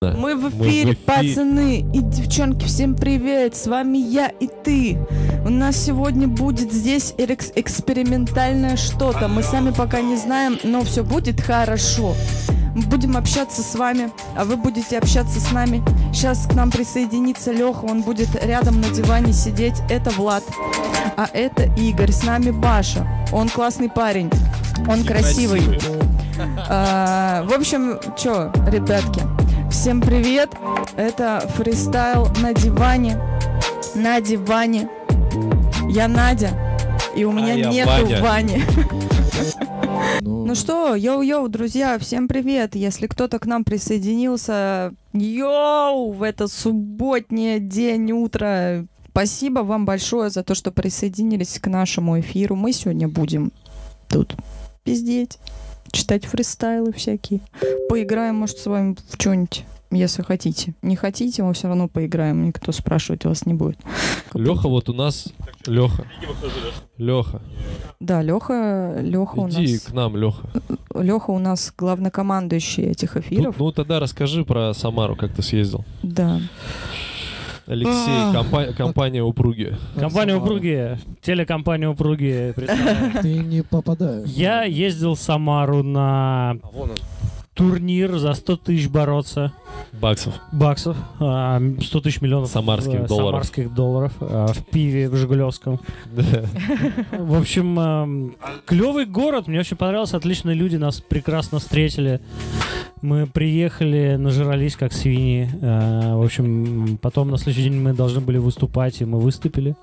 Да. Мы в Мы в эфире, эфи- пацаны и девчонки, всем привет! С вами я и ты. У нас сегодня будет здесь эрекс- экспериментальное что-то. Мы сами пока не знаем, но все будет хорошо. Мы будем общаться с вами, а вы будете общаться с нами. Сейчас к нам присоединится Леха, он будет рядом на диване сидеть. Это Влад, а это Игорь. С нами Паша. Он классный парень, он красивый. А, В общем, чё, ребятки, всем привет. Это фристайл на диване. На диване. Я Надя. И у меня А я нету Ваня. Вани. Ну, Ну что, йоу-йоу, друзья, всем привет. Если кто-то к нам присоединился, йоу, в это субботнее день, утро. Спасибо вам большое за то, что присоединились к нашему эфиру. Мы сегодня будем тут пиздеть, читать фристайлы всякие. Поиграем, может, с вами в что-нибудь, если хотите. Не хотите, мы все равно поиграем, никто спрашивать вас не будет. Леха вот у нас... Леха. Леха, Да, Леха, Леха у иди нас, к нам, Леха. Леха у нас главнокомандующий этих эфиров. ну тогда расскажи про Самару, как ты съездил. Да. Алексей, А. Ах. компа- компания Упруги. Компания Самара. Упруги, телекомпания Упруги. представляет. Ты не попадаешь. Я ездил в Самару на турнир за 100 тысяч бороться Баксов. баксов, а, 100 тысяч миллионов Самарских э, долларов. самарских долларов, а, в пиве в Жигулевском. Да. В общем, клевый город, мне очень понравился, отличные люди нас прекрасно встретили. Мы приехали, нажрались как свиньи. Э, В общем, потом на следующий день мы должны были выступать, и мы выступили.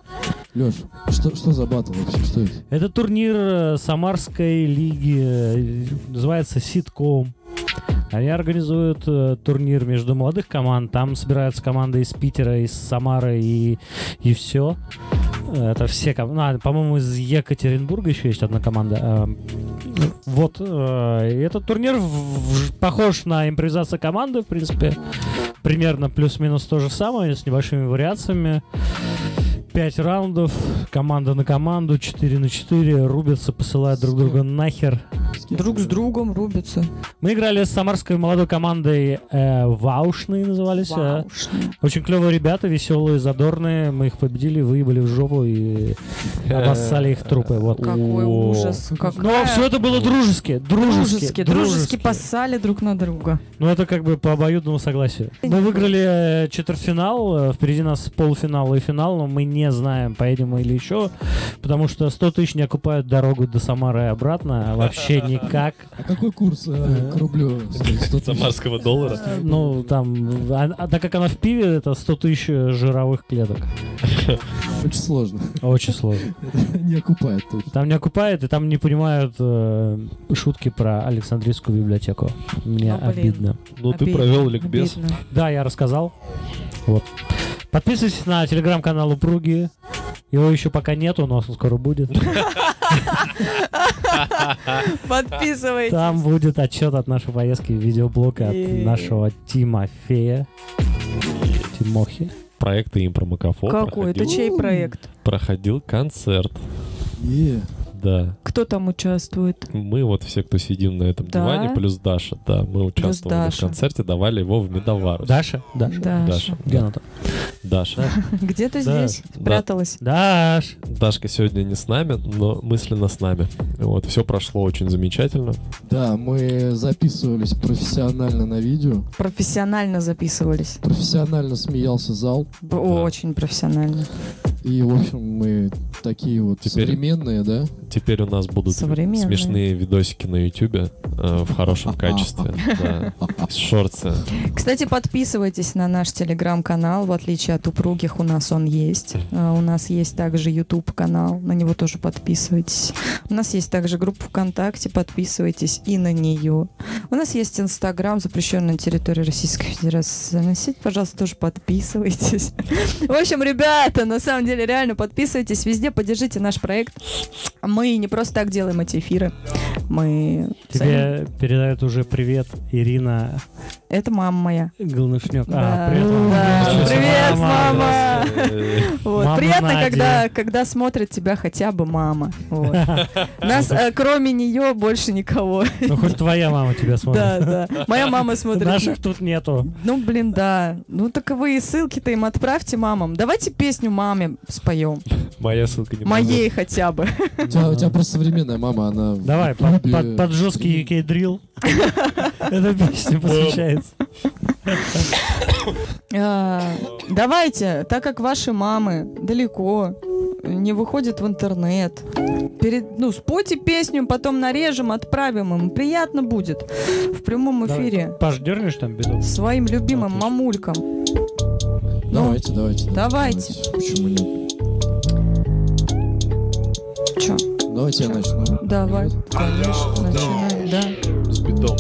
Леш, что, что за батл вообще? Что это? Это турнир э, Самарской лиги, э, называется Ситком. Они организуют э, турнир между молодых команд. Там собираются команды из Питера, из Самары и, и все. Это все команды. по-моему, из Екатеринбурга еще есть одна команда. Эм, Вот. э, и Этот турнир в- в ж- похож на импровизацию команды, в принципе. Примерно плюс-минус то же самое, с небольшими вариациями. Пять раундов, команда на команду, 4 на 4, рубятся, посылают друг друга нахер. С кем Друг ты с другом рубятся. Мы играли с самарской молодой командой э, Ваушные назывались. э. Очень клевые ребята, веселые, задорные. Мы их победили, выебали в жопу и обоссали их трупы. Вот. Какой О. Ну, а ужас. Но Какая... все это было дружески. Дружески. дружески, дружески поссали друг на друга. Но это как бы по обоюдному согласию. Мы выиграли э, четвертьфинал, э, впереди нас полуфинал и финал, но мы не знаем, поедем мы или еще, потому что 100 тысяч не окупают дорогу до Самары и обратно а вообще никак. А какой курс э, к рублю? стоит? 100 тысяч? Самарского доллара. Э, Ну, там, а, а так как она в пиве, это 100 тысяч э, жировых клеток. Очень сложно. Очень сложно. Не окупает точно. Там не окупают, и там не понимают э, шутки про Александрийскую библиотеку. Мне О, блин. обидно. Ну ты Обидно, провел ликбез. обидно. Да, я рассказал. Вот. Подписывайтесь на телеграм-канал Упруги. Его еще пока нету, но скоро будет. Подписывайтесь. Там будет отчет от нашей поездки, видеоблог от Е-е-е. нашего Тимофея. Тимохи. Проекты импромакафо. Какой? Это проходил- чей проект? Проходил концерт. Е, Да. Кто там участвует? Мы вот все, кто сидим на этом Да? диване, плюс Даша, да, мы участвовали в Даша. концерте, давали его в Медовару. Даша? Даша. Даша. Где она там? Даша. Где ты Да. здесь спряталась? Даш! Дашка сегодня не с нами, но мысленно с нами. Вот, все прошло очень замечательно. Да, мы записывались профессионально на видео. Профессионально записывались. Профессионально смеялся зал. Б- Очень профессионально. И, в общем, мы такие вот Теперь- современные, да? Теперь у нас будут Современные. смешные видосики на Ютубе э, в хорошем качестве. да. Шорты. Кстати, подписывайтесь на наш телеграм-канал. В отличие от упругих, у нас он есть. А, У нас есть также YouTube канал на него тоже подписывайтесь. У нас есть также группа ВКонтакте, подписывайтесь и на нее. У нас есть Инстаграм, запрещенная на территории Российской Федерации. Социальная сеть, пожалуйста, тоже подписывайтесь. В общем, ребята, на самом деле, реально подписывайтесь. Везде Друзья, поддержите наш проект. Мы не просто так делаем эти эфиры. Мы... сами- Тебе передает уже привет Ирина Это мама моя. Голнышнёк. Да. А, привет, мама. Да, привет, мама. Э, Вот. Мама Приятно, Надя. когда, когда смотрит тебя хотя бы мама. Вот. Нас, э, кроме нее, больше никого. Ну, хоть твоя мама тебя Да, смотрит. да. Моя мама смотрит. Наших тут нету. Ну, блин, да. Ну, так вы и ссылки-то им отправьте мамам. Давайте песню маме споем. Моя ссылка не Моей хотя бы. У тебя, у тебя просто современная мама, она... в Давай, под, Ютубе- под- под жесткий UK дрил. Эта песня посвящается. А, Давайте, так как ваши мамы далеко, не выходят в интернет. Перед, ну, спойте песню, потом нарежем, отправим им. Приятно будет в прямом Давай. эфире. Паш, дернешь там беду? Своим любимым Отлично. мамулькам. Давайте, давайте, давайте. Почему нет? Чё? Давайте я начну. Давай. Конечно, начинаем, да. могу. С бедом.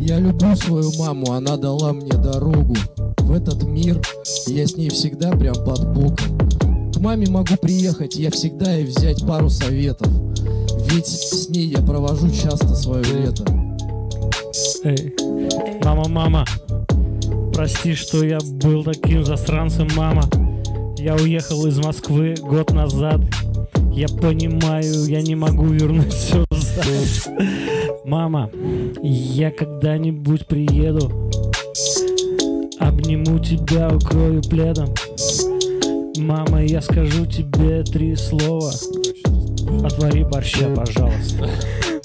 Я люблю свою маму, она дала мне дорогу в этот мир. и Я с ней всегда прям под боком. К маме могу приехать, я всегда и взять пару советов. Ведь с ней я провожу часто свое лето. Эй. Мама, мама, прости, что я был таким засранцем, мама. Я уехал из Москвы год назад. Я понимаю, я не могу вернуть все назад. Мама, я когда-нибудь приеду. Обниму тебя, укрою пледом. Мама, я скажу тебе три слова. Отвори борща, пожалуйста.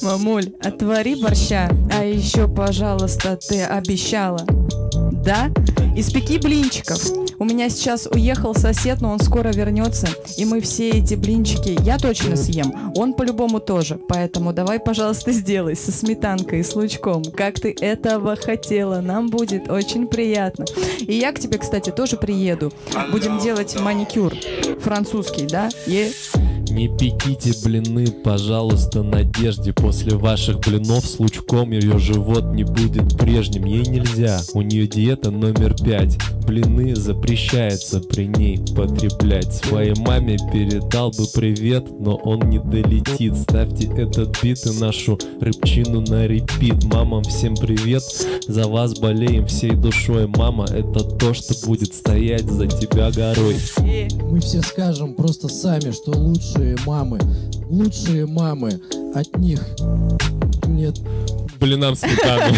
Мамуль, отвори борща, а еще, пожалуйста, ты обещала. Да? Испеки блинчиков. У меня сейчас уехал сосед, но он скоро вернется. И мы все эти блинчики я точно съем. Он по-любому тоже. Поэтому давай, пожалуйста, сделай со сметанкой и с лучком. Как ты этого хотела. Нам будет очень приятно. И я к тебе, кстати, тоже приеду. Будем делать маникюр. Французский, да? Е- Не пеките блины, пожалуйста, Надежде. После ваших блинов с лучком ее живот не будет прежним. Ей нельзя. У нее диета номер пять. Блины запрещается при ней потреблять. Своей маме передал бы привет, но он не долетит. Ставьте этот бит и нашу рыбчину на репит. Мамам всем привет. За вас болеем всей душой. Мама, это то, что будет стоять за тебя горой. е- Мы все скажем просто сами, что лучшие мамы, лучшие мамы от них нет. Блинам сметану.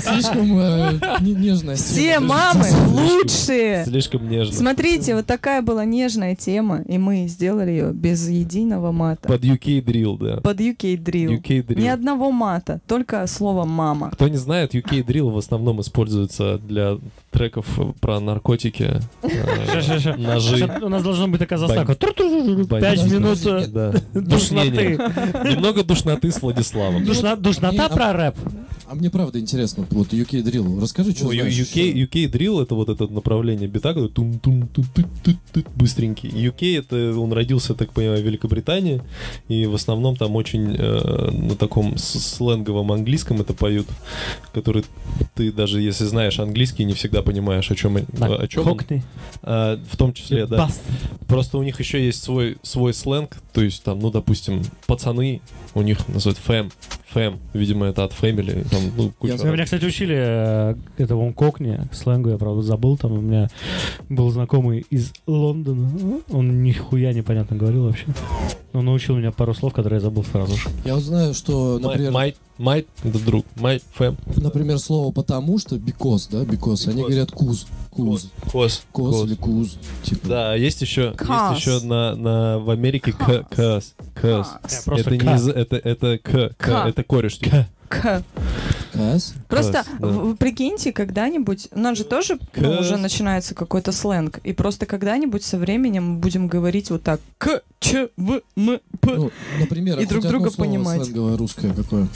Слишком э, не- нежная Все тема. мамы лучшие. Слишком нежно. Смотрите, вот такая была нежная тема, и мы сделали ее без единого мата. Под UK Drill, да. Под UK Drill. UK Drill. Ни одного мата, только слово «мама». Кто не знает, UK Drill в основном используется для треков э, про наркотики, э, Ша-ша-ша. ножи, Сейчас У нас должна быть такая заставка. Пять Бандитские. минут э, да. душноты. Немного душноты с Владиславом. Душно- Не, душнота про рэп. А мне правда интересно, вот UK Drill, расскажи, что Ну, ю- знаешь. UK, UK Drill это вот это направление бита, который тун тун тун тун тун тун быстренький. UK это он родился, так понимаю, в Великобритании, и в основном там очень э, на таком с- сленговом английском это поют, который ты даже если знаешь английский, не всегда понимаешь, о чем, о- о чем он. Кокни. А, в том числе, да. Баст. Просто у них еще есть свой, свой сленг, то есть там, ну, допустим, пацаны, у них называют фэм, фэм, видимо, это от фэмили, там, ну, куча... Я- Ну, Меня, кстати, учили э, этому кокни, сленгу я, правда, забыл, там у меня был знакомый из Лондона, он нихуя непонятно говорил вообще, но научил меня пару слов, которые я забыл сразу же. Я узнаю, что, Май- например, Майт, майт, это друг, майт, фэм, например, слово потому что because, да, because, они Because. говорят куз, куз, кос, кос, кос, кос. или куз, типа. Да, а есть еще, Кас. есть еще на, на, в Америке к, кас, кас. Я Это просто не, ка- из- это, это к, к, Ка. это кореш. типа. К. Кас. Просто Класс, да. в- прикиньте, когда-нибудь, у нас же тоже ну, Класс. уже начинается какой-то сленг, и просто когда-нибудь со временем мы будем говорить вот так К, Ч, В, М, П. Ну, например, И а друг хоть одно друга слово понимать. сленговое русское какое?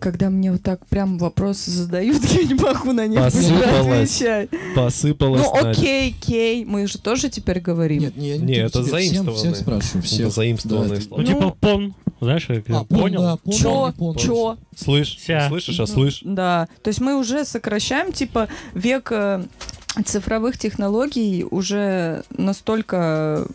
Когда мне вот так прям вопросы задают, я не могу на них Посыпалась. отвечать. Посыпалась Ну Надя. окей, кей, мы же тоже теперь говорим. Нет, не, я Не, тебе- это всем- заимствованное. Всех спрашиваю, Это Ну, всех. заимствованные Да, это- слова. Ну, Ну. типа пон, знаешь, я А, пон, да, понял? пон, Чё? не пон. Чё? Слышь, Ся. Ну, слышишь, а слышь? Да, то есть мы уже сокращаем, типа, век э, цифровых технологий уже настолько...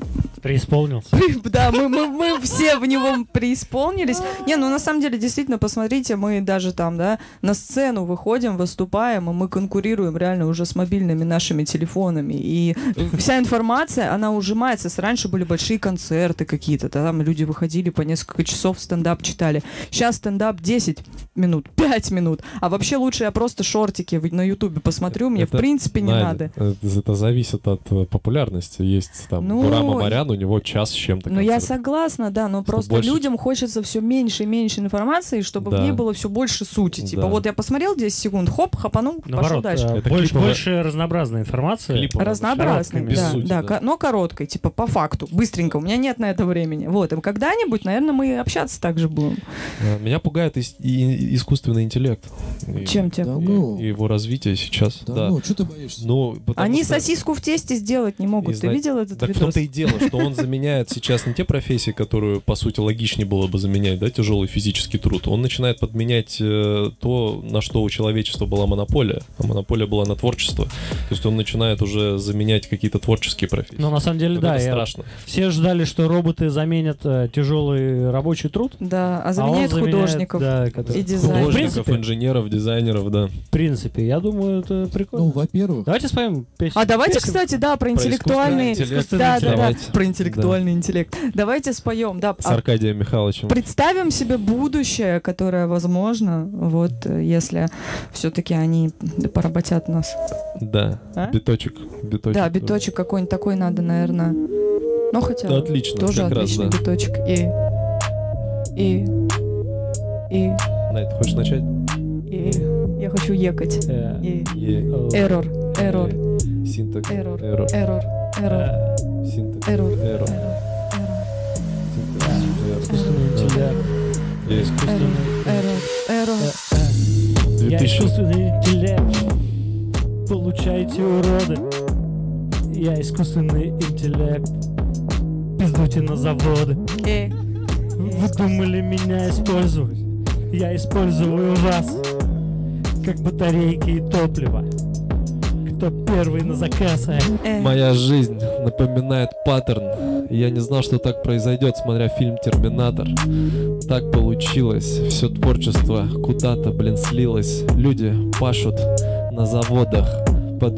Преисполнился. Да, мы, мы, мы все в него преисполнились. Не, ну на самом деле, действительно, посмотрите, мы даже там, да, на сцену выходим, выступаем, и мы конкурируем реально уже с мобильными нашими телефонами. И вся информация, она ужимается. С- Раньше были большие концерты какие-то, да, там люди выходили по несколько часов, стендап читали. Сейчас стендап 10 минут, 5 минут. А вообще лучше я просто шортики в- на ютубе посмотрю, мне Это- в принципе не Надя, э, надо. Это, это зависит от э, популярности. Есть там Ну, Бурама Барян, у него час с чем-то. Ну, я концерт. согласна, да, но просто больше- людям хочется все меньше и меньше информации, чтобы Да. в ней было все больше сути. Типа, Да. вот я посмотрел 10 секунд, хоп, хапанул, пошел Наоборот, дальше. э, Это больше, клиповая- больше разнообразной информации. Клиповая. Разнообразный, Короткой, без да, сути, да, да. ко- но короткой, типа по факту, быстренько, у меня нет на это времени. Вот, и когда-нибудь, наверное, мы и общаться так же будем. Э, Меня пугает ис- и- и искусственный интеллект. И- Чем Да тебе? ну, и его развитие сейчас. да, да. ну, что ты боишься? Ну, потому Они что- сосиску в тесте сделать не могут. И Ты зна- видел этот Так в видос? том-то и дело, что он заменяет сейчас не те профессии, которую, по сути, логичнее было бы заменять, да, тяжелый физический труд. Он начинает подменять э, то, на что у человечества была монополия. А монополия была на творчество. То есть он начинает уже заменять какие-то творческие профессии. Ну, Но на самом деле, Вот да, это я- страшно. все ждали, что роботы заменят э, тяжелый рабочий труд. Да, а а он заменяет заменяет, художников. да, которые- и дизайнеров. В Художников, принципе, инженеров, дизайнеров, да. в принципе, я думаю, это прикольно. Ну, во-первых, Давайте споем песню. А давайте, Песню. кстати, да, про интеллектуальный... искусственный интеллект. Да, да, да, Давайте. про интеллектуальный интеллект. Давайте споем, да. С а Аркадием Михайловичем. Представим себе будущее, которое возможно, вот, э, если все-таки они поработят нас. Да. А? Биточек. Биточек. Да, биточек какой-нибудь такой надо, наверное. Ну, хотя Да, отлично, тоже как раз, отличный да. биточек. И... И... И... Надь, ты хочешь начать? И... Я хочу екать. Э, И... Е. э, Эррор, эррор, Э, Синтак. Эррор. Эррор. эррор, эррор, э, Синтак. эррор, Эррор. Синтак. искусственный Эррор. Да. интеллект, Есть. искусственный- эррор, эррор. Э, э, Я 2000. искусственный интеллект. Получайте, уроды. Я искусственный интеллект. Пиздуйте на заводы. Э, Вы думали меня использовать? Я использую вас, как батарейки и топливо. Кто первый на заказ, а? э. Моя жизнь напоминает паттерн. И Я не знал, что так произойдет, смотря фильм «Терминатор». Так получилось, все творчество куда-то, блин, слилось. Люди пашут на заводах по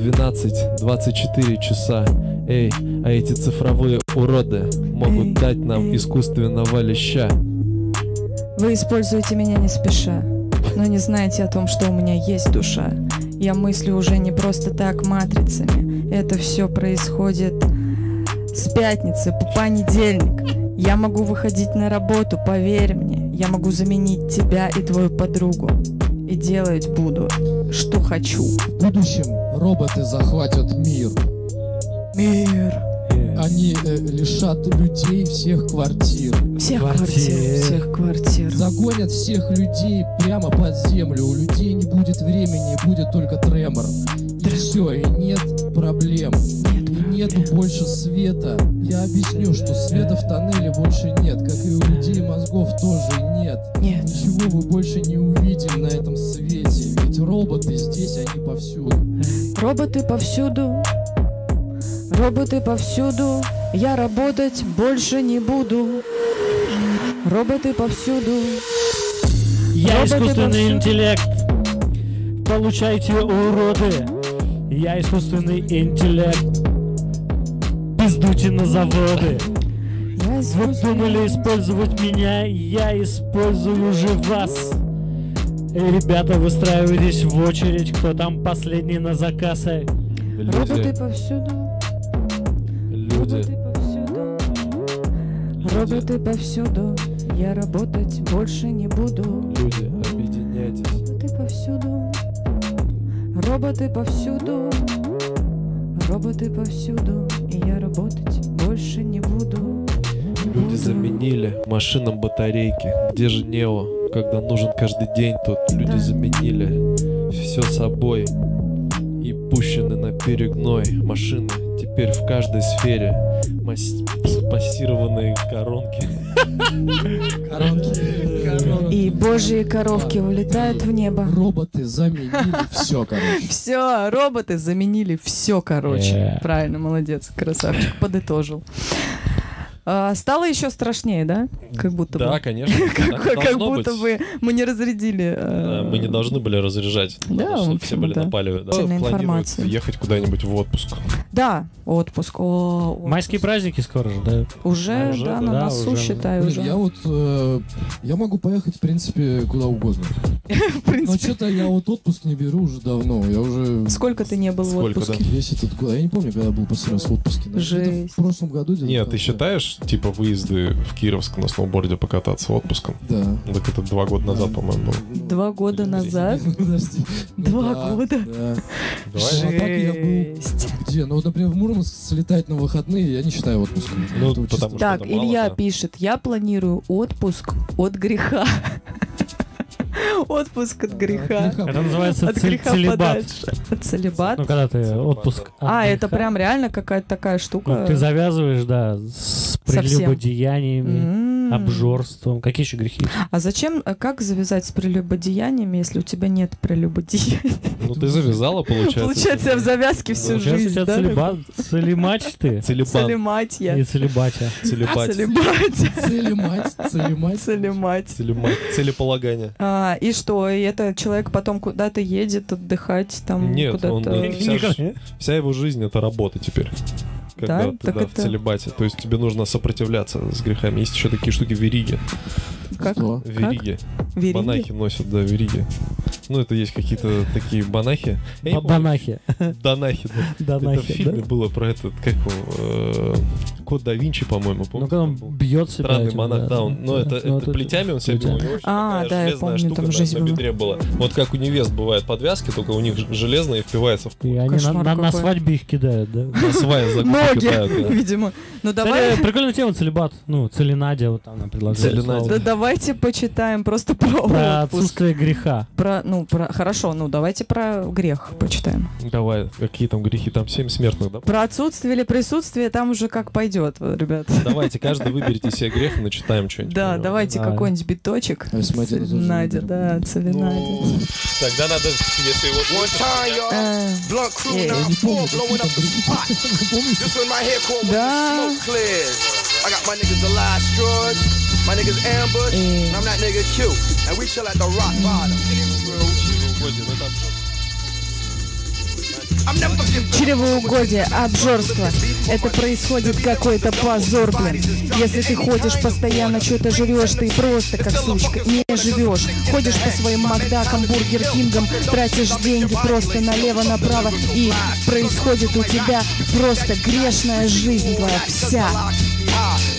12-24 часа. Эй, а эти цифровые уроды могут Эй, дать нам эй. искусственного леща. Вы используете меня не спеша, но не знаете о том, что у меня есть душа. Я мыслю уже не просто так матрицами. Это все происходит с пятницы по понедельник. Я могу выходить на работу, поверь мне. Я могу заменить тебя и твою подругу. И делать буду, что хочу. в будущем роботы захватят мир. Мир. А Они э, лишат людей всех квартир. Всех Квартир. квартир. Всех квартир. Загонят всех людей прямо под землю. У людей не будет времени, будет только тремор. И все, и нет проблем. И Нет, нет больше света. Я объясню, что света в тоннеле больше нет, как и у людей мозгов тоже нет. нет. Ничего мы больше не увидим на этом свете, ведь роботы здесь, они повсюду. Роботы повсюду, роботы повсюду, я работать больше не буду. Роботы повсюду, Я Роботы искусственный повсюду. интеллект. Получайте, уроды. Я искусственный интеллект. Пиздуйте на заводы. я Вы искусственный- думали использовать меня, я использую же вас. Эй, Ребята, выстраивайтесь в очередь, кто там последний на заказ. эй. Роботы Люди, повсюду, люди, роботы повсюду, роботы повсюду, я работать больше не буду. люди, объединяйтесь. Роботы повсюду, роботы повсюду, роботы повсюду, и я работать больше не буду. не Люди буду. заменили машинам батарейки. Где же Нео, когда нужен каждый день тут? Люди Да. заменили все собой и пущены на перегной. Машины Теперь в каждой сфере мас- пассированные коронки. Коронки, коронки. И божьи коровки улетают в небо. Роботы заменили все, короче. Все, роботы заменили все, короче. Э. Правильно, молодец, красавчик, подытожил. А, Стало еще страшнее, да? Как будто бы. Да, конечно. так Как, и как должно будто быть. бы мы не разрядили. Э, э, Мы не должны были разряжать, Да, надо, чтобы в все общем, были да. на палеве. да. Цельная Планируют информация. ехать куда-нибудь в отпуск. Да, отпуск. О, отпуск. Майские праздники скоро же, да? Уже, Уже, да, на да, носу, уже. считаю, Блин, уже. Ну, я вот... э, я могу поехать, в принципе, куда угодно. В принципе, Но что-то Ну, я вот отпуск не беру уже давно. Я уже сколько ты не был в Сколько, отпуске? весь этот год. Я не помню, когда был последний раз в отпуске. наверное, где-то Жесть. В прошлом году. где-то Нет, так, ты считаешь, типа, выезды в Кировск на сноуборде покататься отпуском? Да. Так это два года назад, по-моему, было. Два года назад. Ну, подожди. Ну Два да, года? да. Давай. ну, Жесть. а так я был- Жесть. Где? Ну вот, например, в Мурманск слетать на выходные я не считаю отпуском. Ну, Это вот чисто- потому что Так, это мало, Илья да. пишет, я планирую отпуск от греха. Отпуск от Да, греха. Это называется От ц- греха целебат. подальше. Целебат. Ну, когда ты Целебат, отпуск... А, отдыха- это э, прям реально какая-то такая Ну, ты штука. завязываешь, да, с Совсем. прелюбодеяниями, М. обжорством. Какие еще грехи? М-м. А зачем, э, как завязать с прелюбодеяниями, если у тебя нет прелюбодеяния? Ну ты завязала, получается. Получается, я в завязке всю Получается, у жизнь, тебя да? целебат, целемач ты Целебан. и Целематья. целебатя. а, Целебать. Целебатья. Целемать, целемать. Целемать. Целема- Целеполагание. А, и что? И это человек потом куда-то едет отдыхать, там Нет, куда-то. Э, он не- Вся ж- Вся его жизнь это работа теперь. Когда Да? ты Так да, в это- целебате. То есть тебе нужно сопротивляться с грехами. Есть еще такие штуки вериги. Как? Что? Вериги. Вериги? Монахи носят, да, вериги. Ну, это есть какие-то такие банахи. Я не помню. Банахи. Данахи, да. Это в Данахи, да? фильме было про этот, как его, э, Код да Винчи, по-моему, Ну, помните, когда он там был? бьет себя. Странный этим, монах, да, он, ну, это, Ну, это плетями он себя бил, у него очень А, такая да, я железная помню, штука там на- жизнь на, была. бедре была. Вот как у невест бывает подвязки, только у них ж- железная и впивается в И они на, Кошмар на- на какой. свадьбе их кидают, да? на сваи за губы Ноги, кидают, да. видимо. Ну Кстати, давай. Прикольная тема, целебат. Ну, целенадя, вот там нам предложили. Целенадя. Да давайте почитаем просто про, Про отпуск. отсутствие греха. Про, ну, про, хорошо, ну давайте про грех почитаем. Давай, какие там грехи, там семь смертных, да? Про отсутствие или присутствие там уже как пойдет, ребят. Давайте, каждый выберите себе грех и начитаем что-нибудь. про Да, него. давайте Да. какой-нибудь биточек. А если мы один и тот же Целенадя, выберем? да, Целенадя. Ну, Тогда надо, если его слышно, Э, Blunt crew Yeah. now Я не помню, four blowing up the spot. Ну, This when my head caught when Да. the smoke clears. I got my niggas alive, destroyed. My niggas ambushed. And I'm that nigga Q. And we chill at the rock bottom. угоден, это I'm never giving Чревоугодие, обжорство. Это происходит какой-то позор, блин. Если ты ходишь постоянно, что-то жрешь, ты просто как сучка не живешь. Ходишь по своим Макдакам, Бургер Кингам, тратишь деньги просто налево-направо, и происходит у тебя просто грешная жизнь твоя вся.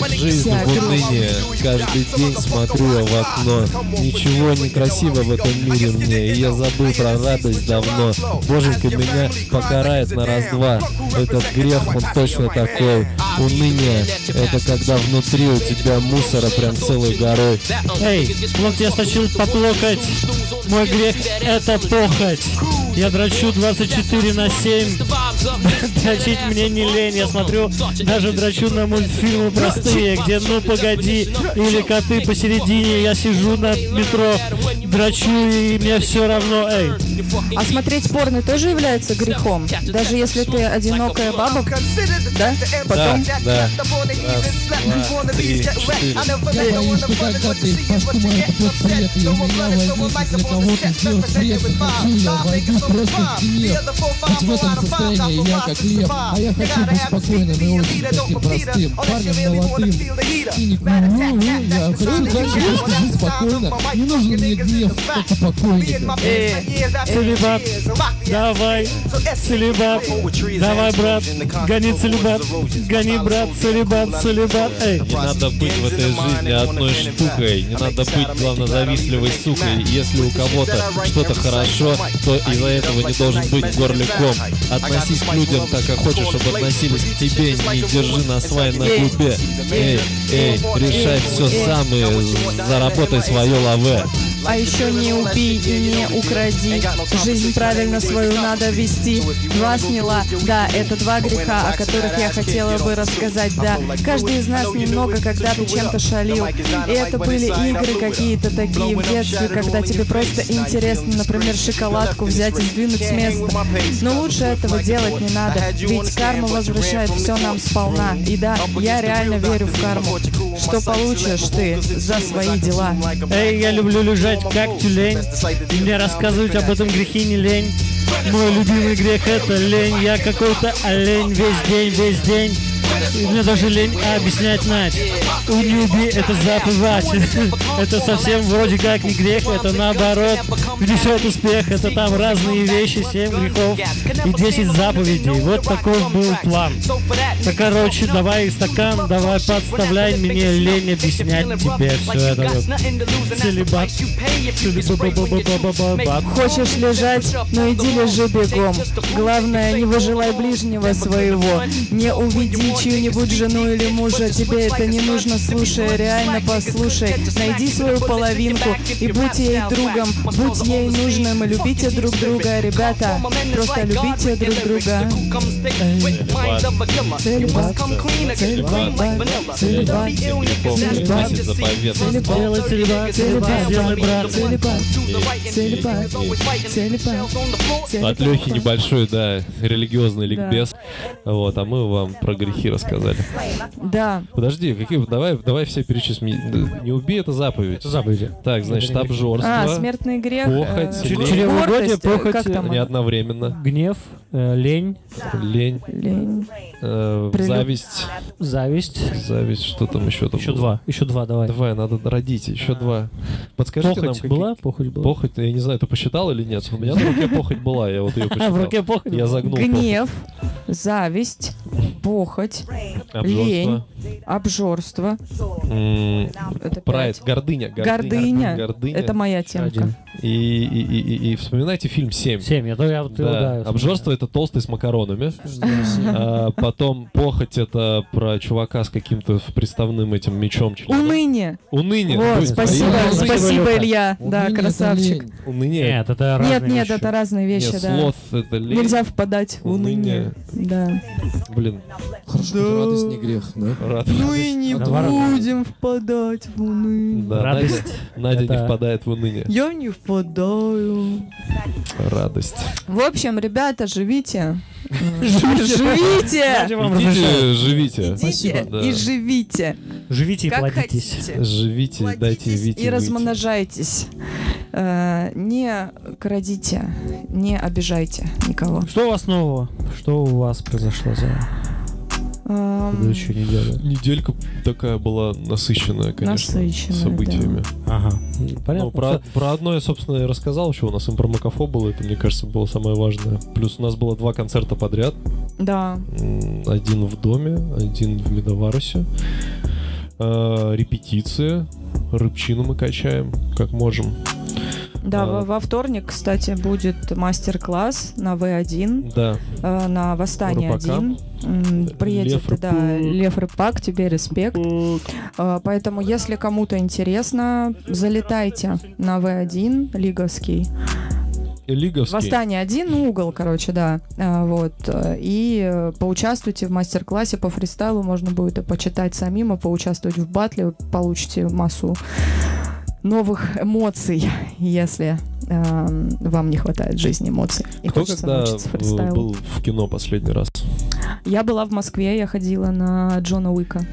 Жизнь Вся в унынии. Каждый день смотрю в окно. Ничего не красиво в этом мире мне. и Я забыл про радость давно. Боженька меня покарает на раз-два. Этот грех, он точно такой. Уныние — это когда внутри у тебя мусора прям целой горой. Эй, блок я стащил поплакать. Мой грех — это похоть. Я дрочу 24 на 7. Дрочить мне не лень. Я смотрю, даже дрочу на мультфильмы простые, где «Ну погоди» или «Коты посередине». Я сижу на метро, дрочу, и мне все равно. Эй, А смотреть порно тоже является грехом? Даже если ты одинокая баба? Да? Да, да. Я что когда ты пашку мою под бред, и у меня возникнет для кого-то сделать бред, захочу, я войду просто в гнев. Ведь в этом состоянии я как лев, а я хочу быть спокойным и очень таким простым, парнем молодым. И не гневу, я хочу дальше просто жить спокойно, не нужен мне гнев, только покойника. целебат, давай, целебат, давай, брат, гони целебат, гони, брат, целебат, целебат, эй. Не надо быть в этой жизни одной штукой. Не надо быть, главное, завистливой сукой. Если у кого-то что-то хорошо, то из-за этого не должен быть горликом. Относись к людям так, как хочешь, чтобы относились к тебе. Не держи на свай на губе. Эй, эй, решай все сам и заработай свое лаве. а еще не убей и не укради. Жизнь правильно свою надо вести. Два сняла, да, это два греха, о которых я хотела бы рассказать, да. Каждый из нас немного когда-то чем-то шалил. И это были игры какие-то такие в детстве, когда тебе просто интересно, например, шоколадку взять и сдвинуть с места. Но лучше этого делать не надо, ведь карма возвращает все нам сполна. И да, я реально верю в карму. Что получишь ты за свои дела? Эй, я люблю лежать как тюлень. И мне рассказывать об этом грехе не лень. Мой любимый грех это лень. Я какой-то олень весь день, весь день. И мне даже лень объяснять Надь. У не убей, это заплывать. это совсем вроде как не грех, это наоборот. Принесет успех, это там разные вещи, семь грехов и 10 заповедей. Вот такой был план. Да, короче, давай стакан, давай подставляй мне лень объяснять тебе все это. вот. Целебат. Целебат. Хочешь лежать, но иди лежи бегом. Главное, не выжелай ближнего своего. Не уведи чью-нибудь жену или мужа. Тебе это не нужно, слушай, реально послушай. Найди свою половинку и будь ей другом, будь ей нужным. И любите друг друга, ребята. Просто любите друг друга. Целебат. Целебат. Целебат. Делай Целебат. целебат, целебат, делай брат. Целебат. Целебат. Целебат. От Лехи небольшой, да, религиозный ликбез. Вот, а мы вам про грехи рассказали. Да. Подожди, какие, давай, давай все перечислим. Не- Не убей, это заповедь. Заповеди. Так, значит, обжорство. А, смертный грех. Похоть, э, чревоугодие, гордость, э, как похоть, там Не она? одновременно. Гнев, э, лень, Лень, Лень. э, Прелюб- зависть, зависть. зависть, что там еще там? Еще было? два, еще два давай. Давай, надо родить, А. еще два. Подскажите нам, Похоть какие- была? Похоть была. Похоть, я не знаю, ты посчитал или нет? У меня на руке похоть была, я вот ее А, в руке посчитал. похоть. Я была. загнул. похоть. Гнев, зависть, похоть, Обжорство. лень. обжорство. М, Это Прайд, пять. гордыня, гордыня. Гордыня. Гордыня. Это моя темка. Один. И, и, и, и- и вспоминайте фильм 7. Семь. Я, то- я, вот его, да, Да. я Обжорство это толстый с макаронами. А, потом похоть это про чувака с каким-то приставным этим мечом. членом. Уныние. Уныние. Вот, Ой, спасибо, блин, Лёха. спасибо, Илья. Да, Уныние, красавчик. это лень. Уныние. Нет, это разные Нет, нет, вещи. это разные Нет, вещи, да. слот это лень. Нельзя впадать в уныние. Да. Блин, Хорошо, хоть радость не грех, да? рад. Ну и не Наоборот. будем впадать в уныние. Да, Надя, Радость. Надя не Это- впадает в уныние. Я не впадаю. Радость. В общем, ребята, живите. Живите! Я вам Идите, разрешаю. живите. Идите Да. и живите, Живите и как плодитесь. хотите. Живите, дайте Плодитесь Вите выйти. и размножайтесь. Э, Не крадите, не обижайте никого. Что у вас нового? Что у вас произошло за Эм, предыдущую неделю? Неделька такая была насыщенная, конечно, Насыщенная, событиями. Ага. Понятно. Ну, про, про одно я, собственно, и рассказал, что у нас импромакафо было, это, мне кажется, было самое важное. Плюс у нас было два концерта подряд. Да. М, Один в доме, один в Медоварусе. Э, репетиции. Рыбчину мы качаем, как можем. Да, А. во- во вторник, кстати, будет мастер-класс на В1, Да, э, на Восстание Рыбака. 1. М, Приедет, Лев да, Лев Рыбак, тебе респект. Э, Поэтому, если кому-то интересно, залетайте на В1, Лиговский. И Лиговский. Восстание 1, ну, угол, короче, да. А, Вот. э, И э, поучаствуйте в мастер-классе по фристайлу, можно будет и почитать самим, и поучаствовать в батле, вы получите массу новых эмоций, если эм, вам не хватает жизни эмоций. И Кто хочется когда научиться э, фристайлу. был в кино последний раз? Я была в Москве, я ходила на Джона Уика.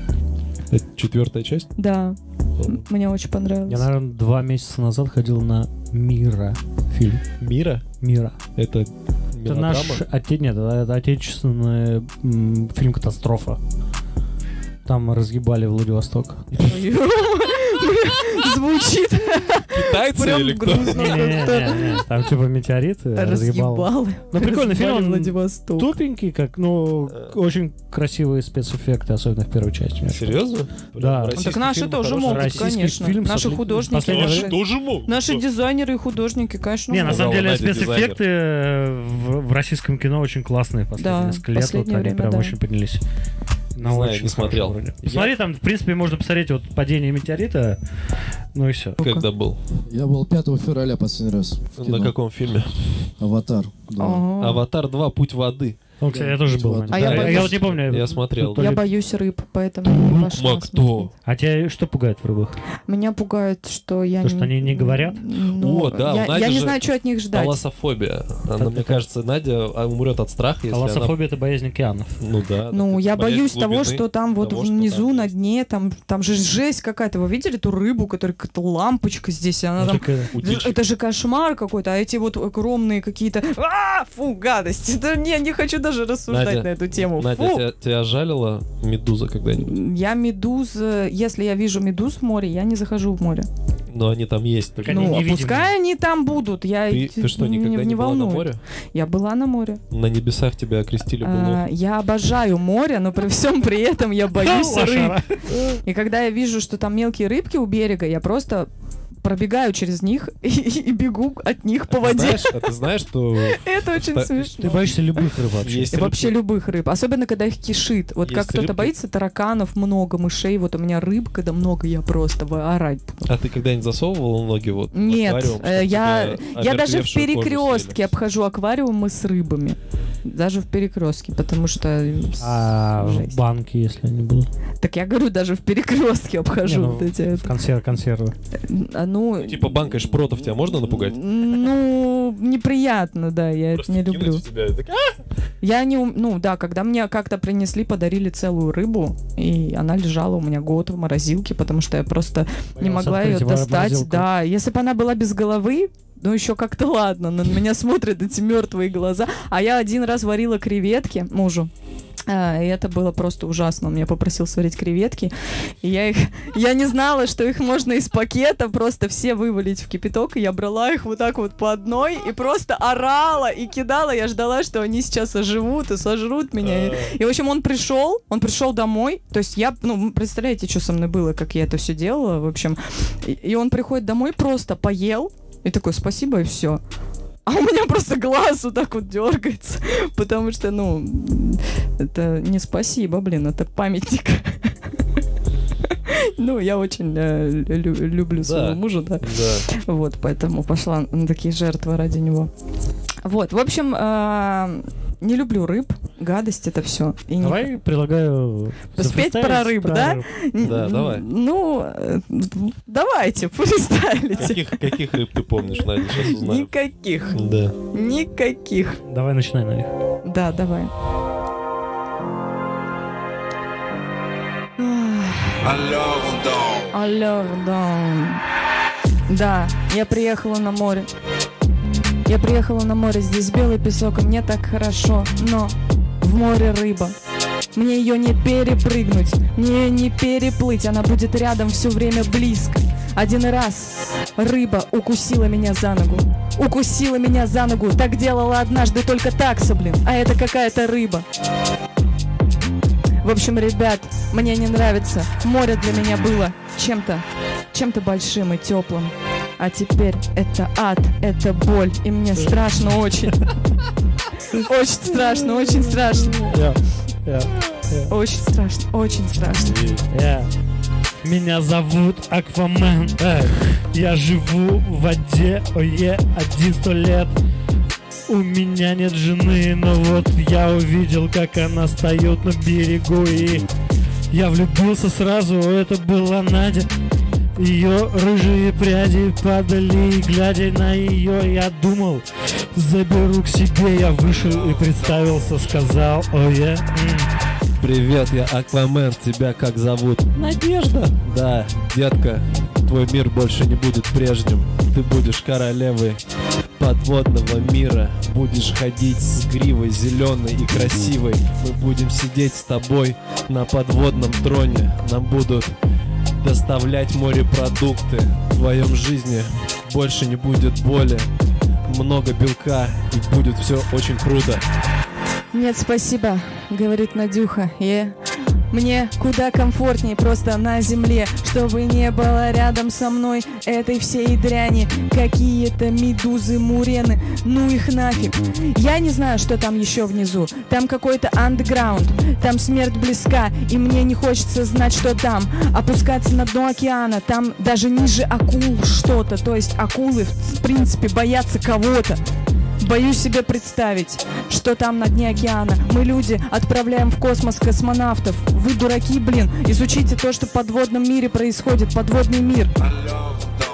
Это четвертая часть? Да, м- мне очень понравилось. Я, наверное, два месяца назад ходил на Мира фильм. Мира? Мира. Это Это мелодрама? наш оте... Нет, это это отечественный м, фильм «Катастрофа». Там разъебали Владивосток. Звучит Китайцы прям или кто? грустно. как-то. Не-не-не, Там типа метеорит э, разъебал. Разъебал. Ну, прикольный фильм, Разбали он Владивосток. Тупенький, как, ну, Э. очень красивые спецэффекты, особенно в первой части. мне Серьезно? Да. Российский Ну, Так наши фильм тоже хороший. хороший. могут, Российский конечно. фильм с Наши отли- художники. последний Наши, раз. Тоже мог. наши дизайнеры и художники, конечно. Не, на могут. самом Браво, деле Надя, спецэффекты э, в, в российском кино очень классные последние Да, несколько лет. Вот последнее они время, прям да. очень поднялись. на знаю, очень не смотрел. хорошем уровне. Я- Смотри, там, в принципе, можно посмотреть вот падение метеорита, ну и все. Когда был? Я был 5 февраля последний раз в кино. На каком фильме? Аватар. да. Ага. Аватар 2. Путь воды. Он, Ну, кстати, я тоже был. на А этом. я Да, боюсь- вот не помню. Я смотрел. то ли- Я боюсь рыб, поэтому не пошла Ма, кто? смотреть. А тебя что пугает в рыбах? Меня пугает, что я... То, что они не говорят? Ну, О, да, у я, Нади я не же знаю, что от них ждать. Таласофобия. Она, Да, мне да, кажется, Надя а, умрет от страха, если она... Колоссофобия — это боязнь океанов. Ну да. Ну, это я боязнь боюсь того, глубины, что там вот того, что внизу, там на есть. дне, там, там же жесть какая-то. Вы видели ту рыбу, которая какая-то лампочка здесь, и она Ну, там... так, э, утечек. Это же кошмар какой-то, а эти вот огромные какие-то... А, фу, гадость. Это не, не хочу даже рассуждать Надя, на эту тему. Надя, Фу. тебя, тебя жалила медуза когда-нибудь? Я медуз... э, Если я вижу медуз в море, я не захожу в море. Но они там есть. так- Так они ну, а невидимые. пускай они там будут. Я Ты, т- ты что, не- никогда не, не была на волнует. море? Я была на море. На небесах тебя окрестили А, бы я обожаю море, но при всем при этом я боюсь рыб. Лошара. И когда я вижу, что там мелкие рыбки у берега, я просто пробегаю через них и, и бегу от них по воде. Знаешь, а ты знаешь, что Это очень Ста- Ты смешно. боишься любых рыб вообще. есть И вообще рыбки- любых рыб, особенно когда их кишит. Вот как Есть кто-то рыбки. боится тараканов, много мышей. Вот у меня рыб, когда много, я просто в- орать. буду. А ты когда-нибудь засовывал ноги вот в Нет, аквариум, э, чтоб я, тебя я даже в омертвевшую кожу перекрестке обхожу аквариумы с рыбами. Даже в перекрестке, потому что... м, с- А в жесть. банке, если они будут. Так я говорю, даже в перекрестке обхожу Не, ну, вот эти... в консер- консервы. А, Ну, съели? Типа банкой шпротов тебя можно напугать? Ну, неприятно, да, я это не люблю. Я не, ум- ну да, когда мне как-то принесли, подарили целую рыбу, и она лежала у меня год в морозилке, потому что я просто не Боялся могла ее открыть его достать. морозилку. Да, если бы она была без головы, ну еще как-то ладно, но на меня смотрят эти мертвые глаза. А я один раз варила креветки мужу. а, И это было просто ужасно. Он меня попросил сварить креветки. И я их... Я не знала, что их можно из пакета просто все вывалить в кипяток. И я брала их вот так вот по одной и просто орала и кидала. Я ждала, что они сейчас оживут и сожрут меня. И- И, в общем, он пришел, он пришел домой. То есть я, ну, представляете, что со мной было, как я это все делала, в общем. И, и он приходит домой, просто поел, и такой, спасибо, и все. А у меня просто глаз вот так вот дергается, потому что, ну, это не спасибо, блин, это памятник. Ну, я очень э, лю- люблю своего Да. мужа, да. Да. Вот, поэтому пошла на такие жертвы ради него. Вот, в общем, э, не люблю рыб, гадость это все. Давай предлагаю... Поспеть про зафристайлить рыб, да? Да, давай. Ну, э, давайте, фристайлите. Каких, каких рыб ты помнишь, Надя, сейчас узнаем. Никаких, Да. никаких. Давай начинай, Надя. Да, давай. Alors donc. Алло, да. Да, я приехала на море. Я приехала на море, здесь белый песок, и мне так хорошо, но в море рыба. Мне ее не перепрыгнуть, мне ее не переплыть, она будет рядом все время близко. Один раз рыба укусила меня за ногу. Укусила меня за ногу, так делала однажды только такса, блин, а это какая-то рыба. В общем, ребят, мне не нравится. Море для меня было чем-то, чем-то большим и теплым. А теперь это ад, это боль, и мне страшно очень. Очень страшно, очень страшно, Я- я- я- очень страшно, очень страшно. я. Э, Меня зовут Аквамен. Э, Я живу в воде, ое, один сто лет. У меня нет жены, но вот я увидел, как она встает на берегу и я влюбился сразу, это была Надя. Ее рыжие пряди падали, и глядя на ее, я думал, заберу к себе. Я вышел и представился, сказал, ой, я, м, Привет, я Аквамен, тебя как зовут? Надежда. Да, детка, твой мир больше не будет прежним. Ты будешь королевой подводного мира. Будешь ходить с гривой зеленой и красивой. Мы будем сидеть с тобой на подводном троне. Нам будут доставлять морепродукты. В твоем жизни больше не будет боли. Много белка и будет все очень круто. Нет, спасибо, говорит Надюха. И Мне куда комфортнее просто на земле, чтобы не было рядом со мной этой всей дряни. Какие-то медузы, мурены, ну их нафиг. Я не знаю, что там еще внизу. Там какой-то андеграунд, там смерть близка, и мне не хочется знать, что там. Опускаться на дно океана, там даже ниже акул что-то. То есть акулы, в принципе, боятся кого-то. Боюсь себе представить, что там на дне океана. Мы люди отправляем в космос космонавтов. Вы дураки, блин. Изучите то, что в подводном мире происходит. Подводный мир.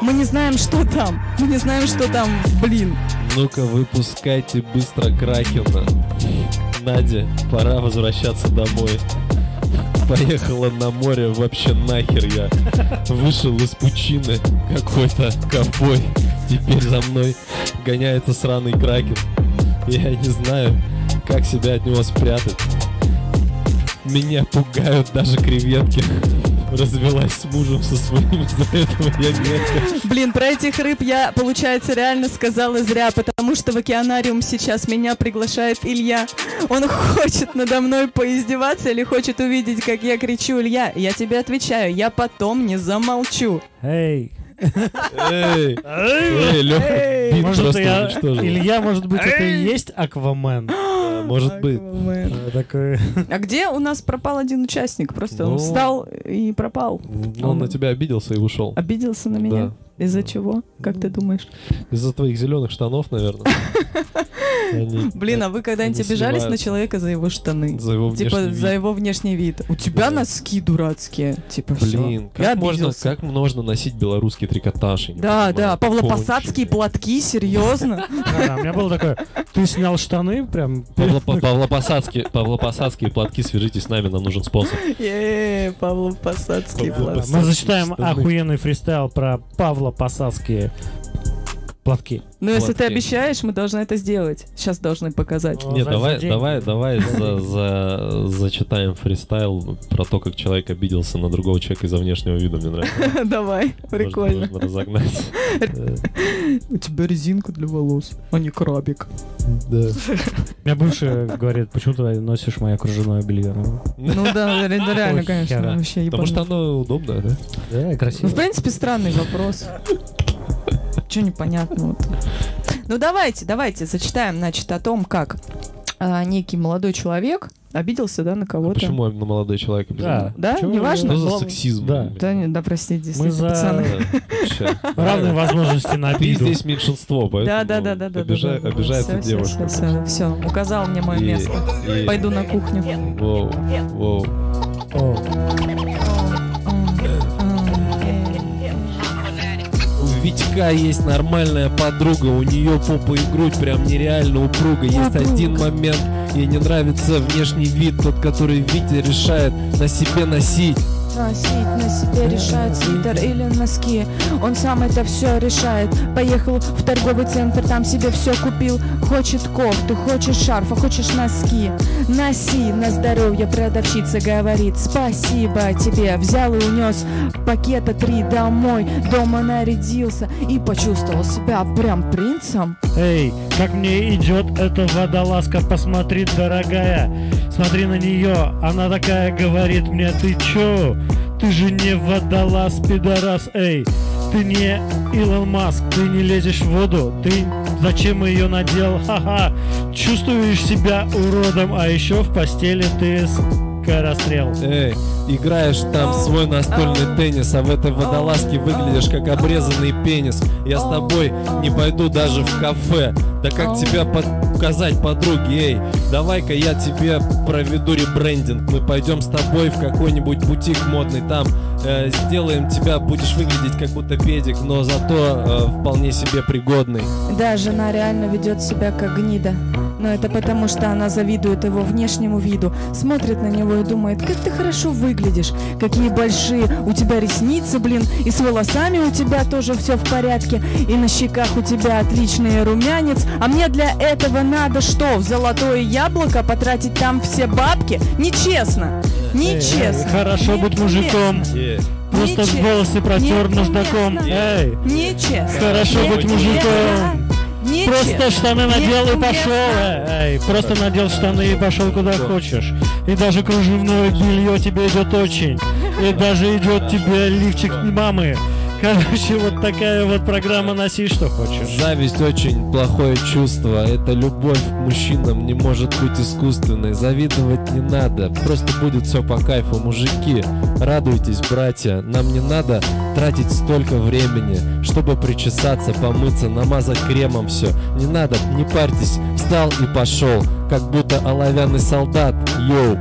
Мы не знаем, что там. Мы не знаем, что там, блин. Ну-ка, выпускайте быстро Кракена. Надя, пора возвращаться домой. Поехала на море, вообще нахер я. Вышел из пучины какой-то ковбой. Теперь за мной гоняется сраный кракен. Я не знаю, как себя от него спрятать. Меня пугают даже креветки. Развелась с мужем со своим из-за этого я крепко. Блин, про этих рыб я, получается, реально сказала зря, потому что в океанариум сейчас меня приглашает Илья. Он хочет надо мной поиздеваться или хочет увидеть, как я кричу, Илья, я тебе отвечаю, я потом не замолчу. Эй! Эй, эй, Лёха, бит Может, просто я... уничтожил. Илья, может быть, это и есть Аквамен? а Может быть. Аквамен. Э, Такой... А где у нас пропал один участник? Просто Ну. он встал и пропал. Он на тебя обиделся и ушел. Обиделся на меня. Из-за чего? Как ты думаешь? Из-за твоих зеленых штанов, наверное. Они- Блин, а вы когда-нибудь Они обижались на сливаются. человека за его штаны? За его Типа внешний за вид. его внешний вид. У тебя Да. носки дурацкие. Типа все. Блин, как можно, как можно носить белорусский трикотаж? я не Да, понимаю. да, павлопосадские Конченые. платки, серьезно. Да-да, У меня было такое, ты снял штаны прям... Павло- Па- Павлопосадские, павлопосадские платки, свяжитесь с нами, нам нужен спонсор. Е-е-е, Павлопосадские Павло- платки. Мы зачитаем штаны. охуенный фристайл про Павла Посадские платки. Ну, если ты платки. обещаешь, мы должны это сделать. Сейчас должны показать. О, Нет, за- давай, за деньги. давай, давай за- за- зачитаем фристайл про то, как человек обиделся на другого человека из-за внешнего вида. Мне нравится. Давай, Можно- прикольно. Можно разогнать. Э, У тебя резинка для волос, а не крабик. Да. У меня бывшая говорит, почему ты носишь мое кружевное белье? Ну, Ну да, ре- да, реально, Ой, конечно, хера. вообще Потому что ебануто. оно удобное, да? Да, и Ну, красиво. в принципе, странный вопрос. Че непонятного Ну, давайте, давайте, зачитаем, значит, о том, как а, некий молодой человек обиделся, да, на кого-то. Почему на молодой человек обиделся? Да, Да, Чего- неважно. Что за Главное- сексизм? Да. блин? Да, не- да, простите, Мы действительно, за пацаны. Вообще. равные возможности на Ты обиду. здесь меньшинство, поэтому Да, да, да, да, да. ну, обижа- обижается девушка. Все, все, указал мне мое И- место. и- Пойду на кухню. Воу, воу. О, У Витька есть нормальная подруга, у нее попа и грудь прям нереально упруга. Есть один момент, ей не нравится внешний вид, тот, который Витя решает на себе носить. Носить на себе решает свитер или носки. Он сам это все решает. Поехал в торговый центр, там себе все купил. Хочет кофту, хочешь шарф, а хочешь носки. Носи на здоровье, продавщица говорит. Спасибо тебе, взял и унес пакета три домой. Дома нарядился и почувствовал себя прям принцем. эй, как мне идет эта водолазка, посмотри, дорогая. Смотри на нее, она такая говорит мне, ты чё? Ты же не водолаз, пидорас, эй. Ты не Илон Маск, ты не лезешь в воду, ты зачем ее надел, ха-ха. Чувствуешь себя уродом, а еще в постели ты скорострел. Эй, играешь там в свой настольный теннис, а в этой водолазке выглядишь как обрезанный пенис. Я с тобой не пойду даже в кафе. Да как тебя показать, подруги, эй, давай-ка я тебе проведу ребрендинг. Мы пойдем с тобой в какой-нибудь бутик модный, там э, сделаем тебя, будешь выглядеть как будто педик, но зато э, вполне себе пригодный. Да, жена реально ведет себя как гнида. Но это потому, что она завидует его внешнему виду, смотрит на него и думает, как ты хорошо выглядишь, какие большие, у тебя ресницы, блин, и с волосами у тебя тоже все в порядке, и на щеках у тебя отличный румянец, а мне для этого надо что, в золотое яблоко потратить там все бабки? Нечестно, нечестно. Эй, хорошо быть мужиком. Э, Просто Нечестно. волосы протер Нет, наждаком. конечно. Эй, Нечестно. хорошо быть Нечестно. мужиком. нечем. Просто штаны надел и Нечем, пошел. ясно? Эй, просто надел штаны и пошел куда хочешь. И даже кружевное белье тебе идет очень. И даже идет тебе лифчик мамы. Короче, вот такая вот программа «Носи, что хочешь». Зависть очень плохое чувство. Это любовь к мужчинам не может быть искусственной. Завидовать не надо. Просто будет все по кайфу, мужики. Радуйтесь, братья. Нам не надо тратить столько времени, чтобы причесаться, помыться, намазать кремом все. Не надо, не парьтесь. Встал и пошел, как будто оловянный солдат. Йоу.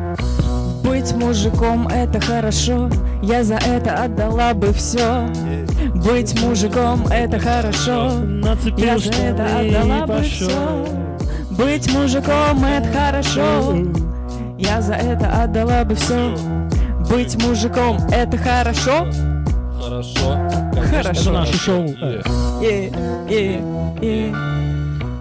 Быть мужиком это хорошо, я за это отдала бы все. Быть мужиком это хорошо, Нацепил я за это штаны и отдала бы пошел. все. Быть мужиком это хорошо, я за это отдала бы все. Быть мужиком это хорошо. Хорошо. Хорошо. наше шоу. И, и, и.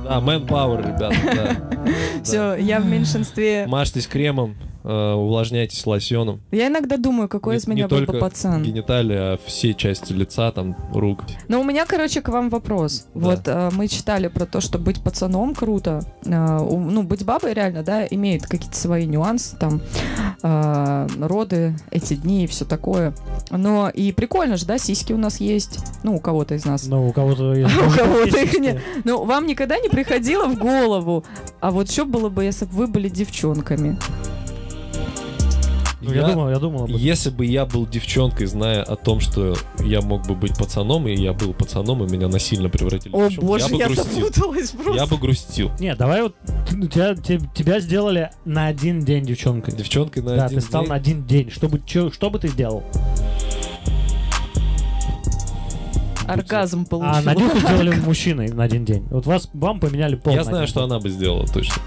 Да, manpower, ребята. да. Все, я в меньшинстве. Мажьтесь кремом, э, увлажняйтесь лосьоном. Я иногда думаю, какой Не- из меня не был бы только пацан. гениталии, а все части лица, там, рук. Но у меня, короче, к вам вопрос. Да. Вот э, мы читали про то, что быть пацаном круто. Э, у- ну, быть бабой реально, да, имеет какие-то свои нюансы, там, э, роды, эти дни и все такое. Но и прикольно же, да, сиськи у нас есть. Ну, у кого-то из нас. Ну, у кого-то есть. У кого-то их Есть, нет. Ну, вам никогда не приходило в голову, а вот что было бы, если бы вы были девчонками? Ну, Я думал, я думал об этом. Если бы я был девчонкой, зная о том, что я мог бы быть пацаном, и я был пацаном, и меня насильно превратили в О, девчонку, боже, Ну, я бы я грустил. запуталась просто. Я бы грустил. Не, давай вот ну, тебя, те- тебя сделали на один день девчонкой. Девчонкой на да, один ты стал день. на один день. Что бы, чё- что бы ты сделал? Оргазм получила. А Надюху сделали мужчиной на один день. Вот вас, вам поменяли пол. Я на знаю, один что день. она бы сделала точно.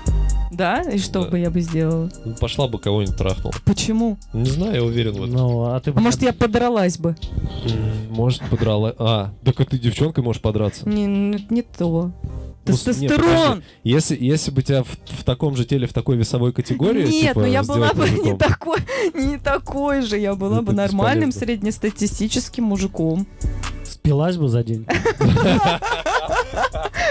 Да? И что Да. бы я бы сделала? Пошла бы кого-нибудь трахнула. Почему? Не знаю, я уверен в этом. Ну, а ты А может, я подралась бы? М, Может, подрала... А, так и ты девчонкой можешь подраться. Не, не, не то. Ну, с- не, Тестостерон! подожди. Если, если бы тебя в, в таком же теле, в такой весовой категории... Нет, типа, ну я была сделать бы не мужиком, такой, не такой же. Я была Ну, бы ты нормальным бесполезна. среднестатистическим мужиком. спилась бы за день?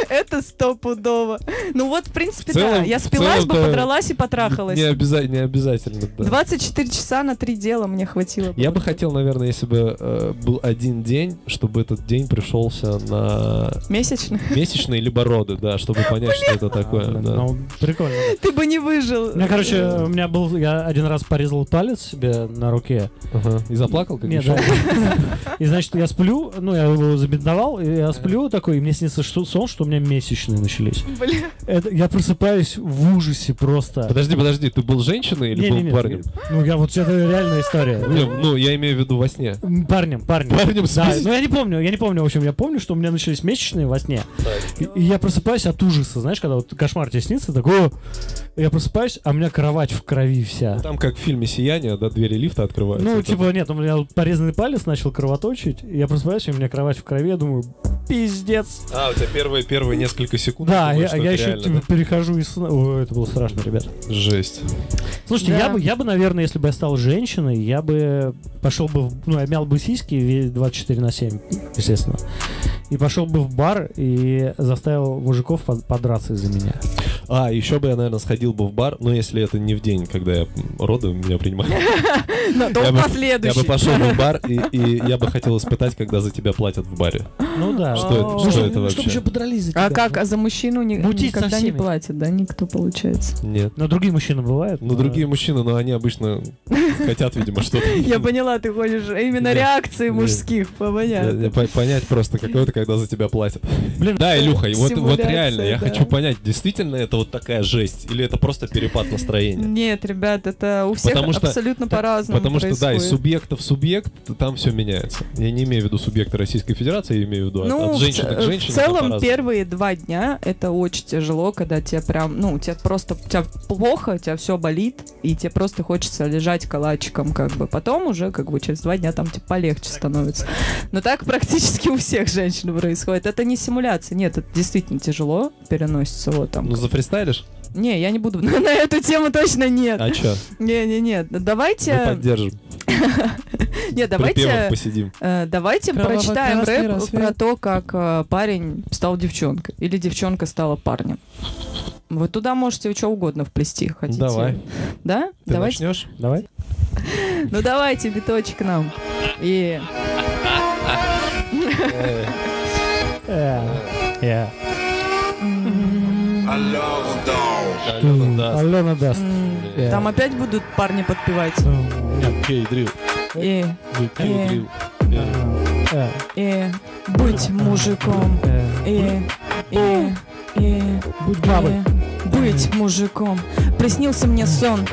Это стопудово. Ну вот, в принципе, да. целом- Я в спилась бы, целом-то подралась и Не, потрахалась. обяза- не обязательно, да. 24 часа на три дела мне хватило. бы. Я бы хотел, наверное, если бы э, был один день, чтобы этот день пришелся на Месячно? месячные либо роды, да, чтобы понять, что это такое. А, да. Ну, прикольно. Ты бы не выжил. У меня, короче, у меня был... Я один раз порезал палец себе на руке. Ага. И заплакал, как Не, еще? да. И, значит, я сплю, ну, я его забинтовал, и я сплю такой, и мне снится что- сон, что у меня месячные начались. Бля. Это, я просыпаюсь в ужасе просто. Подожди, подожди, ты был женщиной или был Не-не-не, парнем? Ну, я вот это реальная история. Не, ну, я имею в виду во сне. М, Парнем, парнем. Парнем с Да, месяц- ну я не помню, я не помню, в общем, я помню, что у меня начались месячные во сне. И, и я просыпаюсь от ужаса, знаешь, когда вот кошмар тебе снится, такой, «О!» я просыпаюсь, а у меня кровать в крови вся. Там, как в фильме «Сияние», да, двери лифта открываются. Ну, Вот типа, нет, у меня вот порезанный палец начал кровоточить, и я просыпаюсь, и у меня кровать в крови, я думаю, пиздец. это. А, у тебя первые, первые несколько секунд. Да, ты думаешь, я, что я это еще реально, типа, перехожу из сна. Ой, это было страшно, ребят. да? Жесть. Слушайте, Да. я бы, я бы, наверное, если бы я стал женщиной, я бы пошел бы, в- ну, я мял бы сиськи ве- 24 на 7, естественно, и пошел бы в бар и заставил мужиков под- подраться из-за меня. А, еще бы я, наверное, сходил бы в бар, но если это не в день, когда я м, роды меня принимали. Я Ну, то бы- последующий. Я бы пошел бы в бар, и, и я бы хотел испытать, когда за тебя платят в баре. Ну да. Что это- О. что чтобы- это вообще? Чтобы еще подрались за тебя. А как? А за мужчину ни- Мутить со никогда не всеми. платят, да? Никто, получается. Нет. Но другие мужчины бывают. Ну, другие мужчины, но они обычно хотят, видимо, что-то. Я поняла, ты хочешь именно Да. реакции Да. мужских, понятно. Э, по- Понять просто, какое то когда за тебя платят. Э, Блин, Да, Илюха, и вот, вот Симуляция, реально, я да. хочу понять, действительно это вот такая жесть, или это просто перепад настроения? Нет, ребят, это у всех Потому что- абсолютно по-разному. Потому что, да, из происходит. субъекта в субъект там все меняется. Я не имею в виду субъекта Российской Федерации, я имею в виду от- ну, от в женщины ц- к женщине. в это целом по-разному. первые два дня это очень тяжело, когда тебе прям, ну, тебе просто, тебя плохо, тебя все болит, и тебе просто хочется лежать калачиком, как бы. Потом уже, как бы, через два дня там тебе полегче становится. Но так практически у всех женщин происходит. Это не симуляция, нет, это действительно тяжело переносится вот там. Ну, зафристайлишь? Не, я не буду на эту тему точно нет. А чё? Не, не, нет. Мы Давайте. поддержим. Припевов Нет, давайте... посидим. Э, Давайте Кроваво-красный прочитаем рэп рассвет. про то, как э, парень стал девчонкой или девчонка стала парнем. Вы туда можете что угодно вплести, хотите. Давай. Да? Ты давайте. начнешь? Давай. Ну давайте биточек нам. И Э, Да. Алена даст. м, там опять будут парни подпевать. а Кей, дрил. И, Кей, Э. дрил. Э, и быть мужиком. э. И, и, и, Будь бабой. и Э, быть мужиком. Приснился мне сон.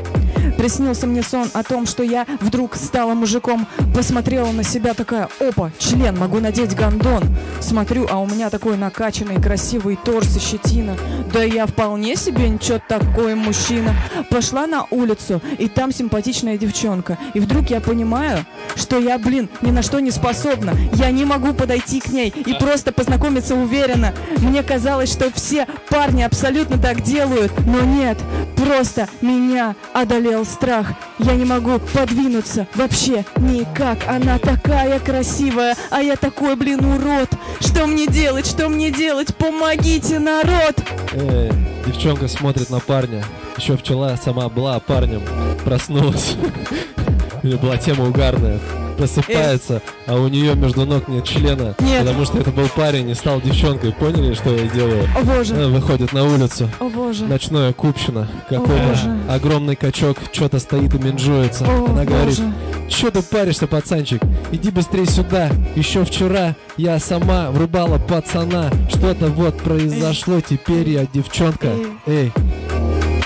Приснился мне сон о том, что я вдруг стала мужиком. Посмотрела на себя такая, опа, член, могу надеть гондон. Смотрю, а у меня такой накачанный, красивый торс и щетина. Да я вполне себе ничего такой мужчина. Пошла на улицу, и там симпатичная девчонка. И вдруг я понимаю, что я, блин, ни на что не способна. Я не могу подойти к ней и просто познакомиться уверенно. Мне казалось, что все парни абсолютно так делают, но нет. Просто меня одолел страх. Я не могу подвинуться вообще никак. Она такая красивая, а я такой, блин, урод. Что мне делать? Что мне делать? Помогите, народ! Э, Девчонка смотрит на парня. Еще вчера сама была парнем. Проснулась. У нее была тема угарная. Просыпается, а у нее между ног нет члена. Э. Нет. Потому что это был парень и стал девчонкой. Поняли, что я делаю? О боже, Она выходит на улицу. о боже. Ночное купчино. Какой-то боже. огромный качок что-то стоит и менжуется. О, Она говорит, боже. Че ты паришься, пацанчик? Иди быстрее сюда. Еще вчера я сама врубала пацана. Что-то вот произошло. Теперь я девчонка. Эй,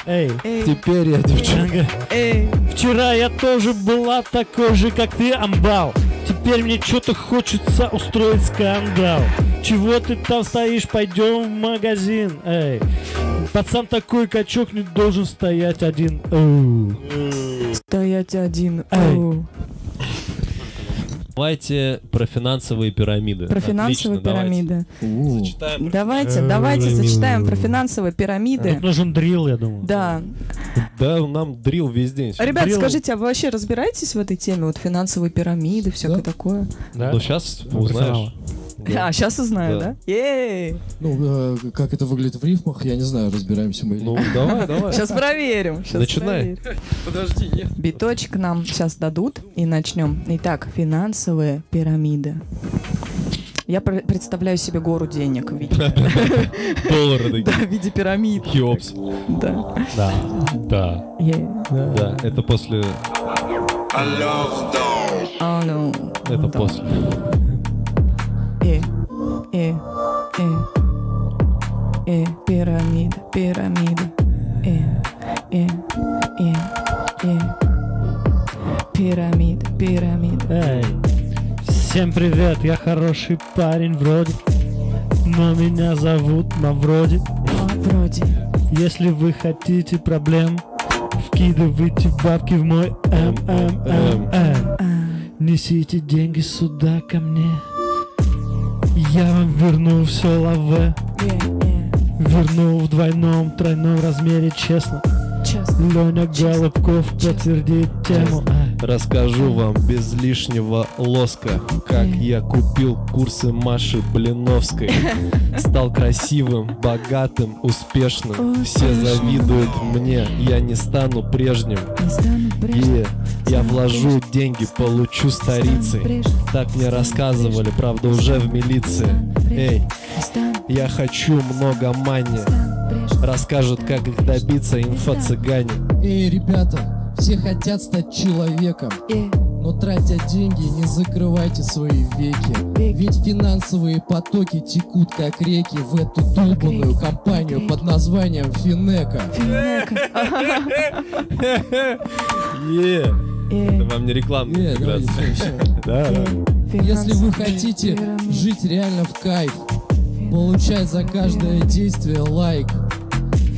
Эй. Эй, теперь я девчонка. эй, Вчера я тоже была такой же, как ты, амбал. Теперь мне что-то хочется устроить скандал. Чего ты там стоишь? Пойдем в магазин. Эй, пацан такой качок не должен стоять один. Оу. стоять один. Эй. Оу. Давайте про финансовые пирамиды. Про финансовые пирамиды. Читаем. Давайте, Э, давайте пирамиды. зачитаем про финансовые пирамиды. Тут нужен дрил, я думаю. Да. Да, нам дрил весь день. Ребят, Дрил. скажите, а вы вообще разбираетесь в этой теме? Вот финансовые пирамиды, всякое такое? Да? Ну сейчас Ну, узнаешь. Да. А, сейчас узнаю, Да. да? Ей! Ну, э, как это выглядит в рифмах, я не знаю, разбираемся мы или Ну нет. давай, давай. Сейчас проверим. щас Начинай. проверим. Биточек нам сейчас дадут и начнем. Итак, финансовые пирамиды. Я пр- представляю себе гору денег в виде, Доллары да, такие. в виде пирамид. Хеопс. Да. Да. Да. Е. Да. Это после. А, ну, Это да. после. Э, э, э, э, пирамида, пирамида, э, э, э, э, пирамида, пирамида. Эй. Всем привет, я хороший парень вроде. Но меня зовут Мавроди. А, вроде. Если вы хотите проблем, вкидывайте бабки в мой МММ. А, Несите деньги сюда ко мне. Я вам верну все лаве. э, э, Верну в двойном, тройном размере, честно. честно. Леня Честно. Голубков подтвердит тему. Ай. Расскажу вам без лишнего лоска, как я купил курсы Маши Блиновской. Стал красивым, богатым, успешным. Все завидуют мне, я не стану прежним. Не стану прежней, Е, Я вложу деньги, получу старицей. прежней, Так мне рассказывали, правда уже в милиции. Эй, не стану я хочу много мани. Расскажут, как их добиться инфо-цыгане. Эй, ребята, все хотят стать человеком, но тратя деньги, не закрывайте свои веки. Ведь финансовые потоки текут как реки в эту долбанную компанию под названием Финека. Е, это Э, вам не рекламная Э, давай, интеграция. всё, всё. Да, да. Если финансовые вы хотите пирамиды, жить реально в кайф, получать за каждое действие лайк,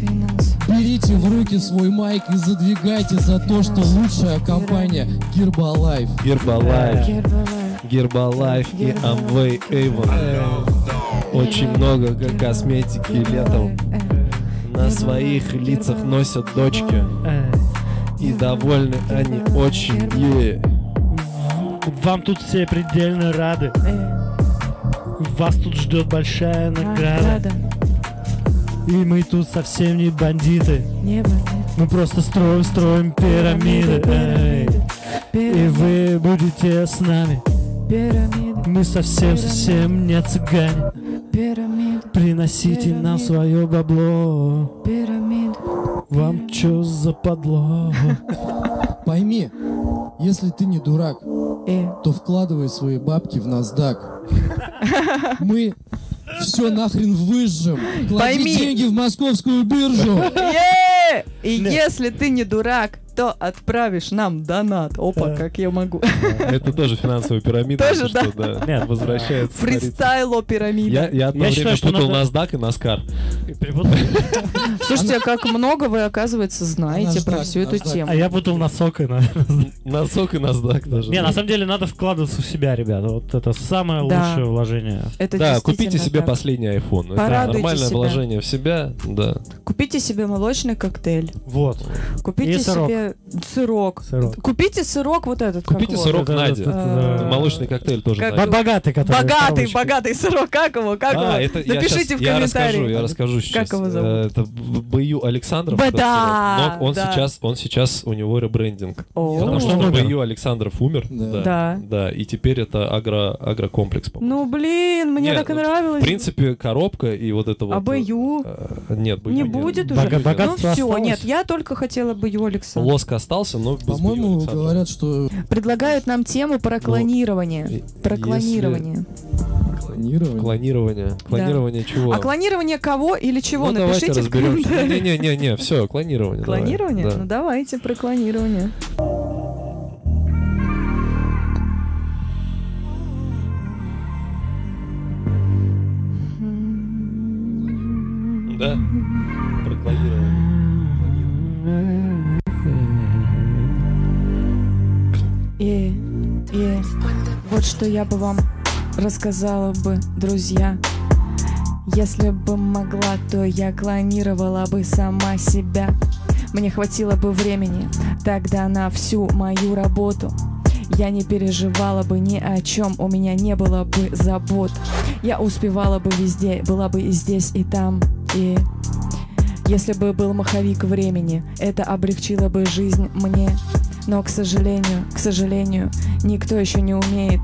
финансовые берите в руки свой майк и задвигайте за то, что лучшая компания Гербалайф. Гербалайф. Гербалайф. Гербалайф и Amway Avon. Очень много ко- косметики летом. э, На своих лицах носят дочки. Эй. И довольны они очень. Е. Вам тут все предельно рады. Э, Вас тут ждет большая награда. награда. И мы тут совсем не бандиты. Небо, э, Мы просто строим, строим пирамиды. эй. И пирамиды, вы будете с нами. пирамиды, Мы совсем, совсем не цыгане. пирамиды, Э, Приносите нам свое бабло. пирамиды. Вам чё за подло? Пойми, если ты не дурак, Э, то вкладывай свои бабки в NASDAQ. Мы все нахрен выжжем. Клади Пойми. деньги в московскую биржу. Е! И если ты не дурак, то отправишь нам донат. Опа, Э. как я могу. Это тоже финансовая пирамида. Тоже, если что, да. Нет, Возвращается. смотрите. Фристайло Я, пирамида. я одно Я время считаю, что путал надо- NASDAQ и NASCAR. Слушайте, а как много вы, оказывается, знаете Наш про так, всю эту наш так. тему. А я путал носок и на... Носок и NASDAQ даже. Не, да. на самом деле надо вкладываться в себя, ребята. Вот это самое Да. лучшее вложение. Это Да, действительно купите себе так. последний iPhone. Это Порадуйте нормальное себя. вложение в себя, да. Купите себе молочный коктейль. Вот. Купите И сырок. себе сырок. Сырок. Купите сырок вот этот. как Купите его? сырок Нади. да. Э, Молочный коктейль тоже. А, Как- Нади. бо- Богатый, который. Богатый, коробочка. богатый сырок. Как его? Как его? А, это я Напишите щас- в комментариях. Я расскажу, я расскажу сейчас. его зовут? Э, Это Б- Б.Ю. Александров. Б- этот да, сырок, Но он да. сейчас, он сейчас у него ребрендинг. О, Потому что Он умер. Б.Ю. Александров умер. Да. Да. Да. Да, и теперь это агро, агрокомплекс, по-моему. Ну, блин, мне Не, так и ну, нравилось. В принципе, коробка и вот это вот... А БЮ? э, Нет, БЮ Не нет. будет Бога- уже? богатство Ну все, осталось? нет, я только хотела бы его, Александр. Лоск остался, но без Б.Ю. По-моему, Александрова. говорят, что Предлагают нам тему про клонирование. Е- Про если- клонирование. планирование. Клонирование. Клонирование чего? А клонирование кого или чего? Ну, давайте Напишите в разберемся. комментариях. Не-не-не, все, клонирование. давай. Клонирование? Да. Ну давайте про клонирование. Да. Про клонирование. И, и вот что я бы вам рассказала бы, друзья. Если бы могла, то я клонировала бы сама себя. Мне хватило бы времени тогда на всю мою работу. Я не переживала бы ни о чем, у меня не было бы забот. Я успевала бы везде, была бы и здесь, и там, и... Если бы был маховик времени, это облегчило бы жизнь мне. Но, к сожалению, к сожалению, никто еще не умеет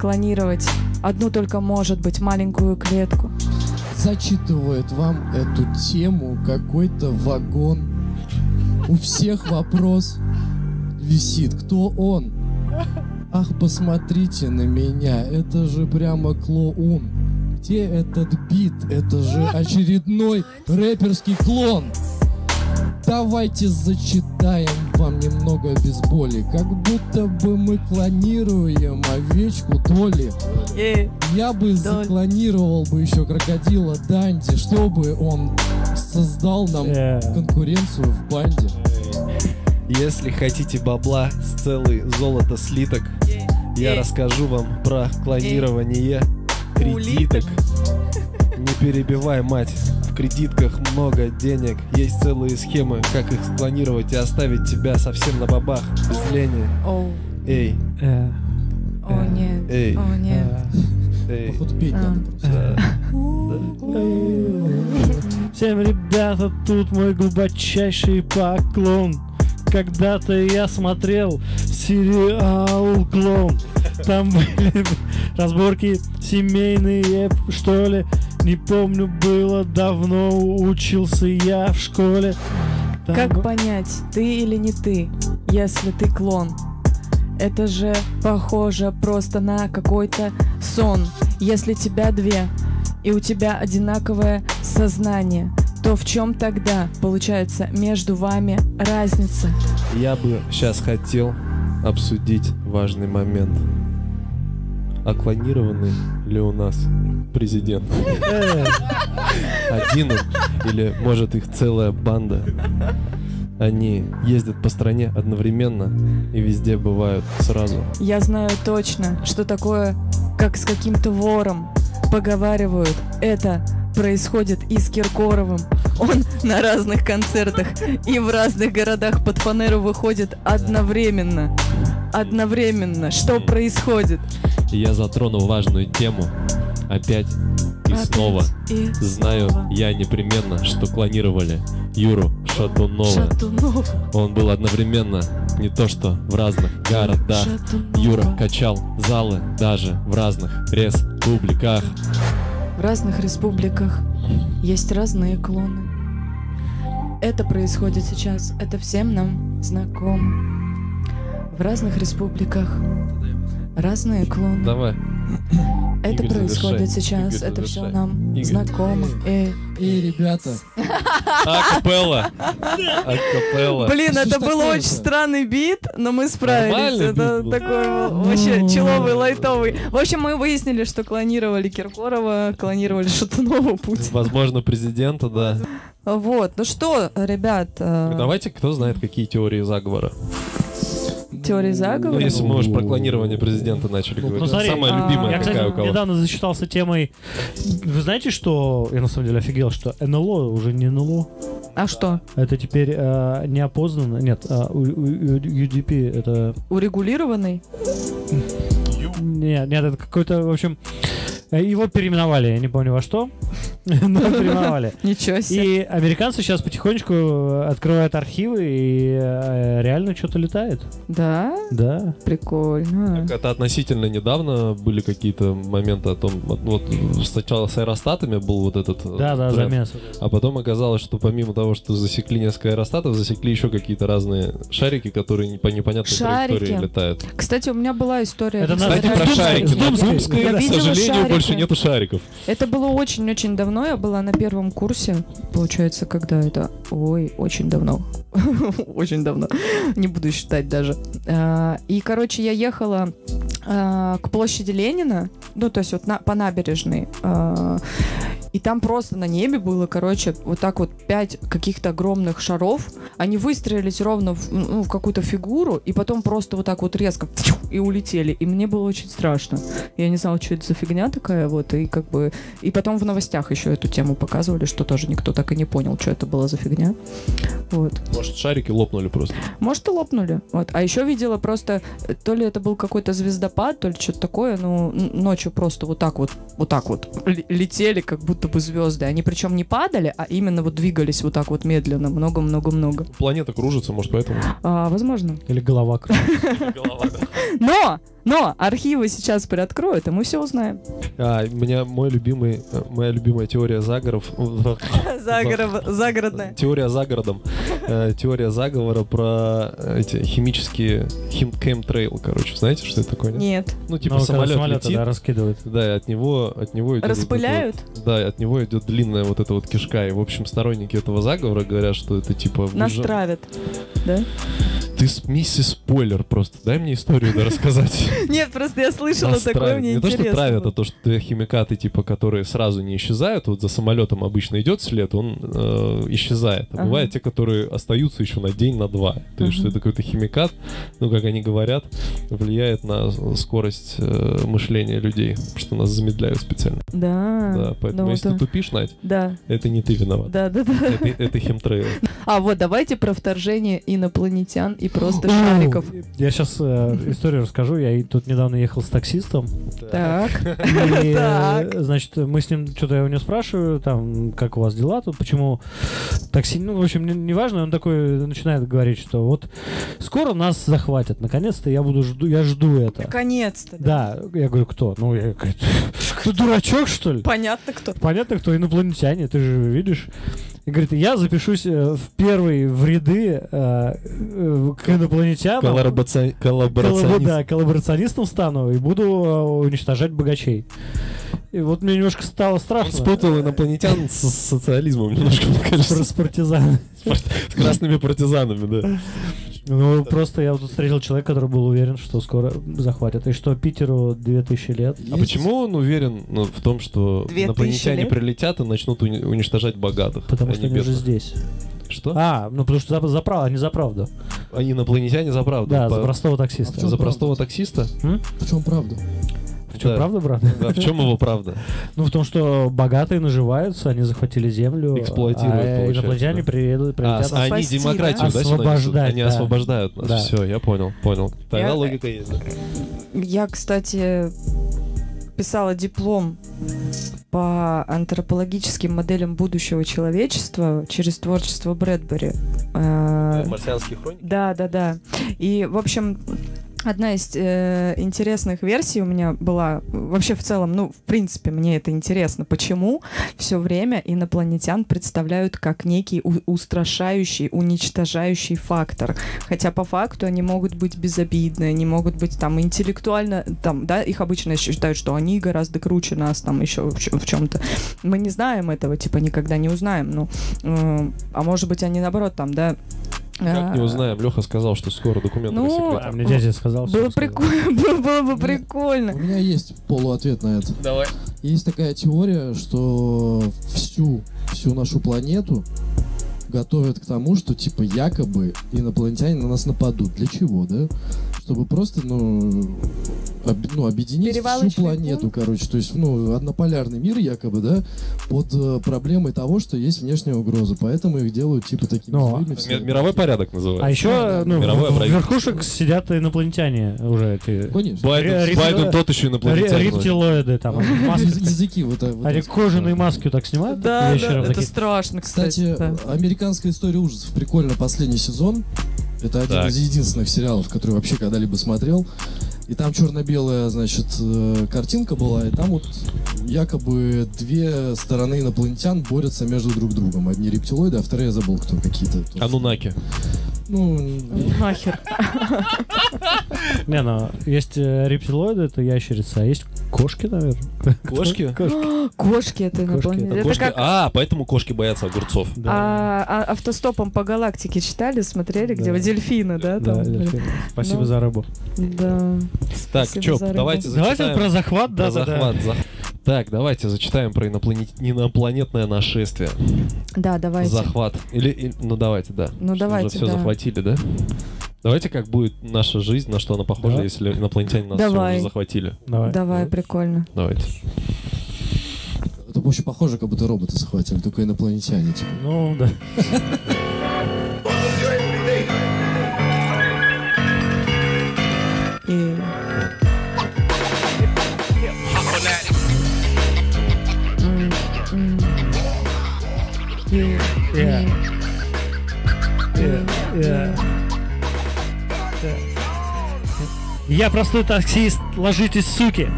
клонировать одну только, может быть, маленькую клетку. Зачитывает вам эту тему какой-то вагон. У всех вопрос висит. Кто он? Ах, посмотрите на меня, это же прямо клоун. Где этот бит? Это же очередной рэперский клон. Давайте зачитаем вам немного без боли, как будто бы мы клонируем овечку Доли. Я бы заклонировал бы еще крокодила Данди, чтобы он создал нам Э, конкуренцию в банде. Если хотите бабла с целый золото слиток, я расскажу вам про клонирование кредиток. Не перебивай, мать, в кредитках много денег. Есть целые схемы, как их склонировать и оставить тебя совсем на бабах, без лени. О, Эй, э, о нет, эй, о нет. э. эй. Походу петь А. надо просто. Да. Всем, ребята, тут мой глубочайший поклон. Когда-то я смотрел сериал «Клон». Там были разборки семейные, что ли. Не помню, было давно, учился я в школе. Там Как бы- понять, ты или не ты, если ты клон? Это же похоже просто на какой-то сон. Если тебя две, и у тебя одинаковое сознание, то в чем тогда, получается, между вами разница? Я бы сейчас хотел обсудить важный момент. А клонированный ли у нас президент? Э, Один он? Или, может, их целая банда? Они ездят по стране одновременно и везде бывают сразу. Я знаю точно, что такое, как с каким-то вором поговаривают. Это происходит и с Киркоровым. Он на разных концертах и в разных городах под фанеру выходит одновременно. одновременно. Что происходит? Я затронул важную тему. Опять и Опять снова. И Знаю снова. я непременно, что клонировали Юру Шатунова. Шатунов. Он был одновременно не то что в разных городах. Шатунова. Юра качал залы даже в разных республиках. В разных республиках есть разные клоны. Это происходит сейчас, это всем нам знакомо. В разных республиках разные клоны. Давай. это Игорь, происходит завершай. сейчас, Игорь, это все завершай. нам Игорь. знакомо. Э, Эй, ребята, А Акапелла. Акапелла. Блин, Что ж это был такое-то? очень странный бит, но мы справились. Нормальный Это бит был. такой был вообще человый, лайтовый. В общем, мы выяснили, что клонировали Киркорова, клонировали Шатунова Путина. Возможно, президента, да. Вот, ну что, ребят, э, Давайте, кто знает, какие теории заговора. теории Ну, заговора? если мы уж про клонирование президента начали Ну, говорить. Ну, смотри, Самая а, любимая Я, какая кстати, у кого. недавно засчитался темой. Вы знаете, что я на самом деле офигел, что НЛО уже не НЛО. А что, Это теперь э, неопознанно. Нет, а, у- у- у- UDP это. урегулированный? Нет, нет, это какой-то, в общем. э, Его переименовали, я не помню во что. Но переименовали. Ничего себе. И американцы сейчас потихонечку э, открывают архивы и э, реально что-то летает. Да, Да. прикольно. Это относительно недавно были какие-то моменты о том, вот- вот сначала с аэростатами был вот этот э, Да, да, тренд. замес. А потом оказалось, что помимо того, что засекли несколько аэростатов, засекли еще какие-то разные шарики, которые не- по непонятной Шарики. траектории летают. Кстати, у меня была история. Это кстати, Кстати, А, это про с Думской- шарики. с На Думской. Думской, Я к видела сожалению, шарики. больше нету шариков. Это было очень-очень давно. Я была на первом курсе, получается, когда это... Ой, очень давно. Очень давно. Не буду считать даже. А, И, короче, я ехала а, к площади Ленина, ну, то есть вот на- по набережной. а, И там просто на небе было, короче, вот так вот пять каких-то огромных шаров. Они выстроились ровно в, ну, в какую-то фигуру, и потом просто вот так вот резко и улетели. И мне было очень страшно. Я не знала, что это за фигня такая, вот, и как бы... И потом в новостях еще эту тему показывали, что тоже никто так и не понял, что это была за фигня. Вот. Может, шарики лопнули просто. Может, и лопнули. Вот. А еще видела просто, э, то ли это был какой-то звездопад, то ли что-то такое, ну, н- ночью просто вот так вот, вот так вот л- летели, как будто бы звезды. Они причем не падали, а именно вот двигались вот так вот медленно, много-много-много. Планета кружится, может, поэтому. А, возможно. Или голова кру- Но! Но! Архивы сейчас приоткроют, и мы все узнаем. А, у меня мой любимый, э, моя любимая теория загоров. Загород- Загородная. Теория за городом. Э, Теория заговора про э, эти химические хим кемтрейл, короче. Знаете, что это такое? нет? Нет. Ну, типа Ну, когда самолет самолеты, летит. да, раскидывают. Да, и от него, от него идет вот это вот- Распыляют? да, и от него идет длинная вот эта вот кишка. И, в общем, сторонники этого заговора говорят, что это типа... вы Нас же- травят. Ты с- миссис спойлер просто. Дай мне историю да, рассказать. Нет, просто я слышала Нас такое, травят. мне Не то, интересно. что травят, а было. то, что химикаты, типа, которые сразу не исчезают. Вот за самолетом обычно идет след, он э, исчезает. А Ага. бывают те, которые остаются еще на день, на два. То Ага. есть, что это какой-то химикат, ну, как они говорят, влияет на скорость э, мышления людей, что нас замедляют специально. А, Да. Да, поэтому Ну, если да. ты тупишь, Надь, Да, это не ты виноват. да, да, да. Это, это химтрейл. А вот давайте про вторжение инопланетян и просто шариков. Я сейчас историю расскажу. Я и тут недавно ехал с таксистом. Так. И, э, Так. значит, мы с ним что-то я у него спрашиваю, там, как у вас дела тут, почему такси, ну, в общем, не- неважно, он такой начинает говорить, что вот скоро нас захватят, наконец-то я буду жду, я жду это. Наконец-то. Да, я говорю, кто? Ну, я говорю, ты дурачок, что ли? Понятно кто. Понятно, кто инопланетяне, ты же видишь. И говорит, я запишусь э, в первый в ряды э, э, к инопланетянам. Коллаборационист. Коллабо- да, коллаборационистом стану и буду э, уничтожать богачей. И вот мне немножко стало Он страшно. спутал инопланетян с социализмом немножко, мне Про- кажется. с партизан. С красными партизанами, да. Ну, просто я вот тут встретил человека, который был уверен, что скоро захватят. И что Питеру 2000 лет. А есть- почему он уверен ну, в том, что Две тысячи инопланетяне лет? прилетят и начнут уни- уничтожать богатых? Потому а что не они уже бедных? здесь. Что? А, ну потому что за, за прав- они за правду. А Инопланетяне за правду. Да, По- за простого А в таксиста. чём за простого таксиста? В чем правда? В чё, Да. правда, брат? Да, в чем его правда? Ну, в том, что богатые наживаются, они захватили землю. Эксплуатируют, а получается, инопланетяне да. приедут, А, прилетят. с- они спасти, демократию, да? да, сейчас Освобождать, начнут? Они да. освобождают Да. нас. Все, я понял, понял. Тогда Я- логика есть. да. Я, кстати, писала диплом по антропологическим моделям будущего человечества через творчество Брэдбери. А. Э, Марсианские хроники? Да, да, да. И, в общем, одна из э, интересных версий у меня была, вообще в целом, ну, в принципе, мне это интересно, почему все время инопланетян представляют как некий у- устрашающий, уничтожающий фактор. Хотя по факту они могут быть безобидны, они могут быть там интеллектуально, там, да, их обычно считают, что они гораздо круче нас, там еще в, чем-то. Мы не знаем этого, типа, никогда не узнаем, ну, э, а может быть, они наоборот там, да. Как не э, узнаем, Леха сказал, что скоро документы Ну, рассекретят. А, мне дядя сказал. что было он сказал. прикольно, было, было бы Не. У прикольно. меня есть полуответ на это. Давай. Есть такая теория, что всю, всю нашу планету готовят к тому, что типа якобы инопланетяне на нас нападут. Для чего, да? Чтобы просто, ну, об- ну, объединить всю Перевалочный планету, пункт. короче. То есть, ну, однополярный мир якобы, да, под э, проблемой того, что есть внешняя угроза. Поэтому их делают типа такими Ну, злыми. Ми- всегда. Мировой порядок А называется. еще, ну, типа, Мировое в- в правительство. верхушек сидят инопланетяне уже эти. Конечно. Байден, Ри- Байден ри- тот еще ре- инопланетянин. Рептилоиды там. маски Из- такие. Языки вот так вот. Они кожаные маски вот так снимают. Да, да, вечером это такие. страшно, Кстати, кстати. да. американская история ужасов. Прикольно, последний сезон. Это один Так. из единственных сериалов, который вообще когда-либо смотрел. И там черно-белая, значит, э, картинка была, и там вот якобы две стороны инопланетян борются между друг другом. Одни рептилоиды, а вторые я забыл, кто какие-то. Анунаки. Ну, Нахер. Не, ну, есть э, рептилоиды, это ящерицы, а есть кошки, наверное. Кошки? Кошки это инопланетяне. Это Кошки- как А, поэтому кошки боятся огурцов. а, а- автостопом по галактике читали, смотрели, где Да. вы дельфины, да? Да, там были? дельфины. Спасибо Ну, за рыбу. Да. Так, Спасибо чё, за рыбу. давайте Давайте зачитаем. про захват, да, Про да, да. захват. зах- Так, давайте зачитаем про инопланет- инопланетное нашествие. Да, давайте. Захват. Или, или- ну давайте, да. Ну давайте, все да. захватили, да? Давайте как будет наша жизнь, на что она похожа, Да. если инопланетяне нас всё Давай. уже захватили. Давай. Давай, Ну. прикольно. Давайте. это очень похоже, как будто роботы захватили, только инопланетяне. типа. Ну, да. И... М, м. И- Yeah. Yeah. Yeah. Я простой таксист, ложитесь, суки.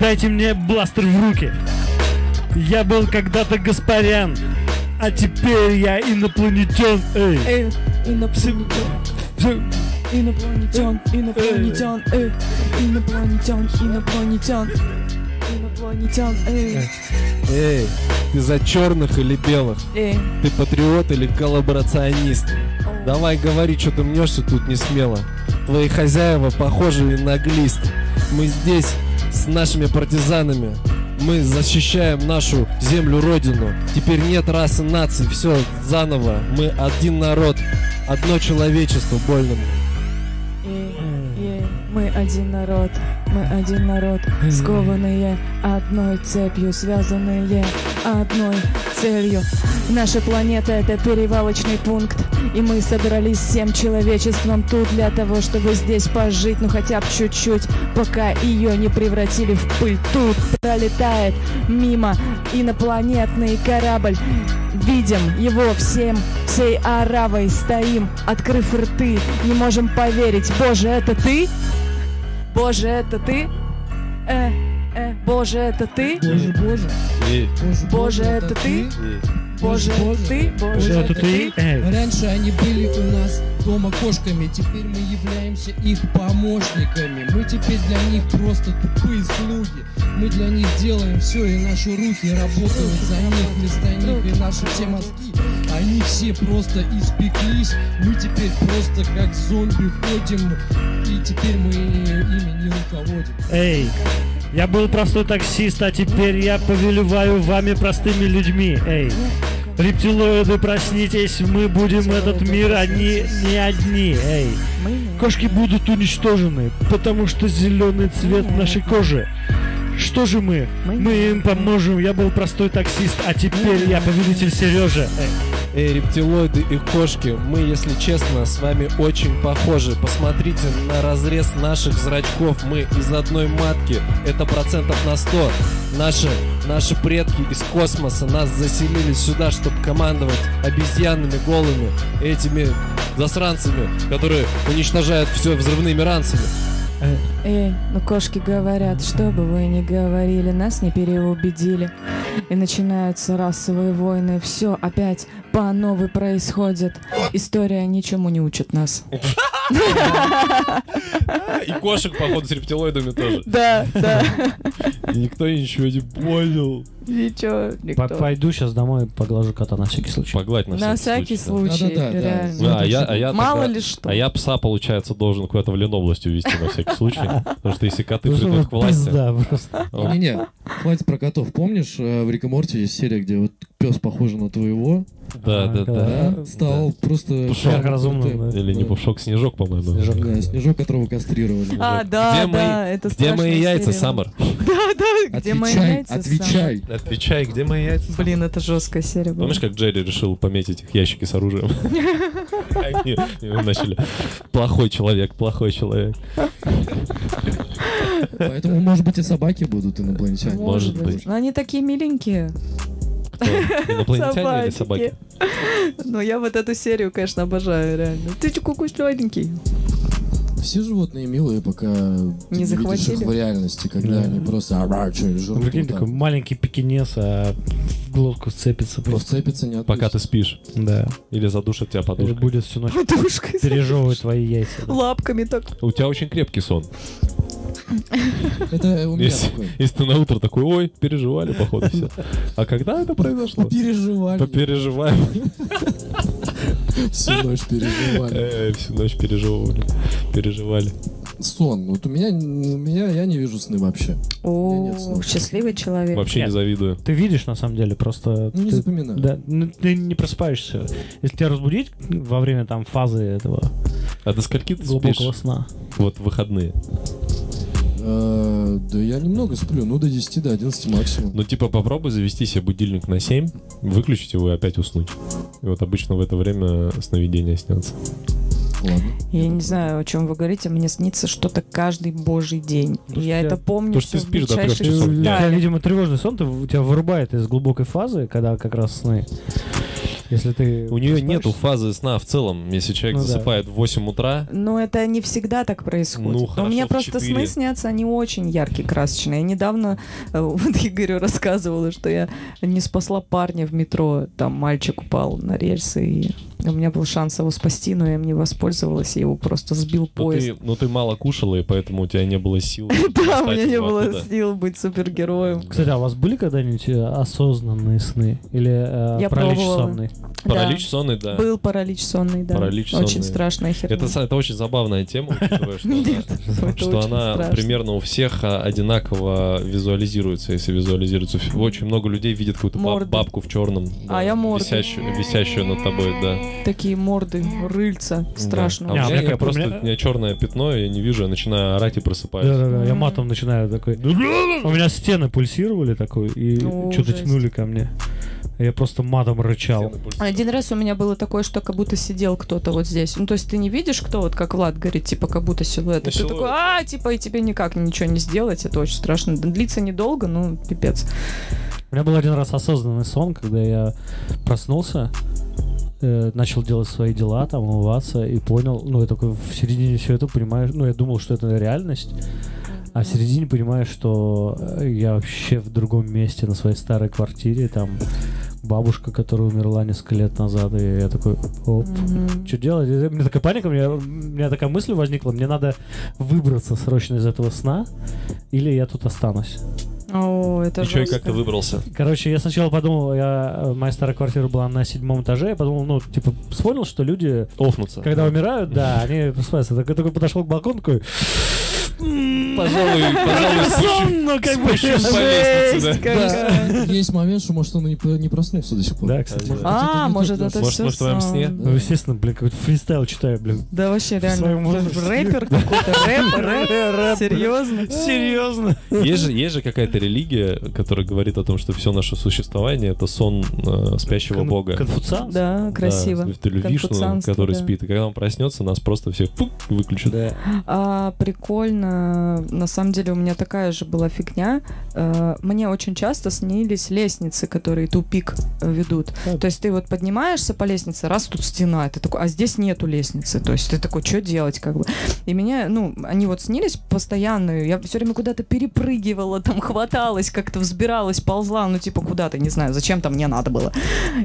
Дайте мне бластер в руки. Я был когда-то Гаспарян, а теперь я инопланетян. Эй, Э, инопланетян, всё. инопланетян, инопланетян, э, инопланетян, инопланетян, инопланетян, э, Эй, ты за черных или белых? э. Ты патриот или коллаборационист? Давай говори, что ты мнешься тут не смело. Твои хозяева похожи на глист. Мы здесь с нашими партизанами. Мы защищаем нашу землю, родину. Теперь нет расы наций, все заново. Мы один народ, одно человечество больно. Ей, ей. Мы один народ, мы один народ, скованные одной цепью, связанные одной целью. Наша планета — это перевалочный пункт, и мы собрались всем человечеством тут для того, чтобы здесь пожить, ну хотя бы чуть-чуть, пока ее не превратили в пыль. Тут пролетает мимо инопланетный корабль. Видим его всем, всей аравой стоим, открыв рты, не можем поверить. Боже, это ты? Боже, это ты? Э, э, боже, это ты? Боже, боже, боже, Боже, это ты? Боже, это ты? Боже, это ты? Э, Эй. Раньше они были у нас дома кошками, теперь мы являемся их помощниками. Мы теперь для них просто тупые слуги. Мы для них делаем все, и наши руки работают за них, вместо них, и наши все мозги. Они все просто испеклись, мы теперь просто как зомби ходим, и теперь мы ими не руководим. Эй, я был простой таксист, а теперь я повелеваю вами простыми людьми. Эй, рептилоиды, проснитесь, мы будем этот мир а одни, не одни. Эй, Кошки будут уничтожены, потому что зеленый цвет нашей кожи. Что же мы? Мы им поможем. Я был простой таксист, а теперь я повелитель Сережа. Эй, рептилоиды и кошки, мы, если честно, с вами очень похожи. Посмотрите на разрез наших зрачков. Мы из одной матки. Это процентов на 100. Наши, наши предки из космоса нас заселили сюда, чтобы командовать обезьянами голыми, этими засранцами, которые уничтожают все взрывными ранцами. Эй, ну кошки говорят, что бы вы ни говорили, нас не переубедили. И начинаются расовые войны, все опять по новой происходит. История ничему не учит нас. И кошек, походу, с рептилоидами тоже. Да, да. И никто ничего не понял. Ничего, П- Пойду сейчас домой поглажу кота на всякий случай. Погладь на, На всякий случай, Да-да-да, да. реально. Да, а я, а я Мало тогда- ли что. А я пса, получается, должен куда-то в Ленобласть увезти на всякий случай. Потому что если коты Ну, придут к власти... пизда просто. он- Не-не, хватит про котов. Помнишь, э, в Рик и Морти есть серия, где вот пес похож на твоего, Да, да, да. да, стал просто... Пушок. самым Разумным, крутым. да. Или не Да. пушок, снежок, по-моему. Снежок. Да, Э, Снежок, которого кастрировали. А, да, Где да, мои- это Где мои страшная яйца, серия. Саммер? Где мои Отвечай, яйца, Саммер? отвечай. Отвечай, где мои яйца? Блин, это жесткая серия была. Помнишь, как Джерри решил пометить их ящики с оружием? Они его начали. Плохой человек, плохой человек. Поэтому, может быть, и собаки будут инопланетяне. Может быть. Но они такие миленькие. Кто? Инопланетяне или собаки? Но я вот эту серию, конечно, обожаю, реально. Ты кукушленький. Все животные милые, пока ты Не видишь захватили? их в реальности, когда Да. они просто «Ара, чё, жрут». Прикинь, Ну, вот так. такой маленький пекинес, а в глотку сцепится просто. Вцепиться не Пока ты отпустят. спишь. Да. Или задушат тебя Или подушкой. будет всю ночь Подушкой. пережевывать твои яйца. да. Лапками так. У тебя очень крепкий сон. Это у меня Если, такое. если ты на утро такой, ой, переживали, походу, все. А когда это произошло? Переживали. Попереживаем. Всю ночь переживали. Э, Всю ночь переживали. Переживали. Э. Сон. Вот у меня, у меня я не вижу сны вообще. Нет, О, слушай. счастливый человек. Вообще не Нет. завидую. Ты видишь, на самом деле, просто... Ну, не ты- запоминаю. Да, ну, ты не просыпаешься. Если тебя разбудить во время там фазы этого А до скольки ты спишь? глубокого сна. Вот в выходные. Э, Да я немного сплю, ну до 10, до 11 максимум. Ну, типа, попробуй завести себе будильник на 7, выключить его и опять уснуть. И вот обычно в это время сновидения снятся. Ладно. Я не знаю, о чем вы говорите, мне снится что-то каждый божий день. Потому я что это я- помню. потому что ты всё в спишь до трёх мельчайших часов У дня. тебя, деталях. видимо, тревожный сон, ты, у тебя вырубает из глубокой фазы, когда как раз сны. Если ты... У нее просыпаешься- нету фазы сна в целом. Если человек Ну да. засыпает в 8 утра, Но это не всегда так происходит. Ну, Но хорошо, мне в просто четыре. сны снятся, они очень яркие, красочные. Я недавно э, вот Игорю рассказывала, что я не спасла парня в метро. Там мальчик упал на рельсы, и у меня был шанс его спасти, но я им не воспользовалась, и его просто сбил ну поезд. ты, ну ты мало кушала, и поэтому у тебя не было сил. Да, у встать меня не его было оттуда. сил быть супергероем. Кстати, а у вас были когда-нибудь э, осознанные сны? Или э, Я паралич пробовала. сонный? Да. Паралич сонный, да. Был паралич сонный, да. Паралич сонный. Очень страшная херня. Это, са- это очень забавная тема, учитывая, что она- Нет, это что очень она страшно. примерно у всех а, одинаково визуализируется, если визуализируется. Ф- Очень много людей видит какую-то баб- Морды. бабку в черном, А я морды. висящую, висящую над тобой, да. Такие морды, рыльца, страшно. Да. А Не, у а меня, мне я как- у просто меня- у меня черное пятно, я не вижу, я начинаю орать и просыпаюсь. Да-да-да, я матом начинаю такой. У меня стены пульсировали такой, и Ну, что-то жесть. тянули ко мне. Я просто матом рычал. Стены пульсируют. Один раз у меня было такое, что как будто сидел кто-то вот здесь. Ну, то есть ты не видишь, кто вот, как Влад говорит, типа, как будто силуэт. Ну, И ты силуэт. такой, а, типа, и тебе никак ничего не сделать, это очень страшно. Длится недолго, ну, пипец. У меня был один раз осознанный сон, когда я проснулся, э, начал делать свои дела, там, умываться, и понял, ну, я такой в середине все это понимаю, ну, я думал, что это реальность, а в середине понимаю, что э, я вообще в другом месте, на своей старой квартире, там, бабушка, которая умерла несколько лет назад, и я такой, оп, Мгм. что делать? И У меня такая паника, у меня, у меня такая мысль возникла, мне надо выбраться срочно из этого сна, или я тут останусь. О, это И чё, и жестко. как ты выбрался? Короче, я сначала подумал, я, э, моя старая квартира была на седьмом этаже, я подумал, ну, типа, вспомнил, что люди, Офнуться. когда умирают, да, они просыпаются. Так я такой подошел к балкону, такой, «М, пожалуй, ну, пожалуй, спущу. Сонно, как бы. спущусь по лестнице, да. Да, есть момент, что может он и по- не проснулся до сих пор. Да, кстати. Может быть, это А, не может, тот это Может, все может, в твоем сне? Ну, естественно, блин, какой-то фристайл читаю, блин. Да вообще реально. своем возрасте. Рэпер какой-то, рэп, рэп. Серьезно? Серьезно? Есть же, есть же какая-то религия, которая говорит о том, что все наше существование это сон э, спящего бога. Конфуциан? Да, красиво. Да, в теле ну, Вишну, Конфуцианство, который да. спит. И когда он проснется, нас просто всех пук, выключат. А, прикольно. На самом деле у меня такая же была фигня. Э, Мне очень часто снились лестницы, которые тупик э, ведут. Так. То есть ты вот поднимаешься по лестнице, раз тут стена, и ты такой, а здесь нету лестницы. То есть ты такой, что делать как бы. И меня, ну, они вот снились постоянно. и Я все время куда-то перепрыгивала, там хваталась, как-то взбиралась, ползла, ну типа куда-то, не знаю, зачем там мне надо было.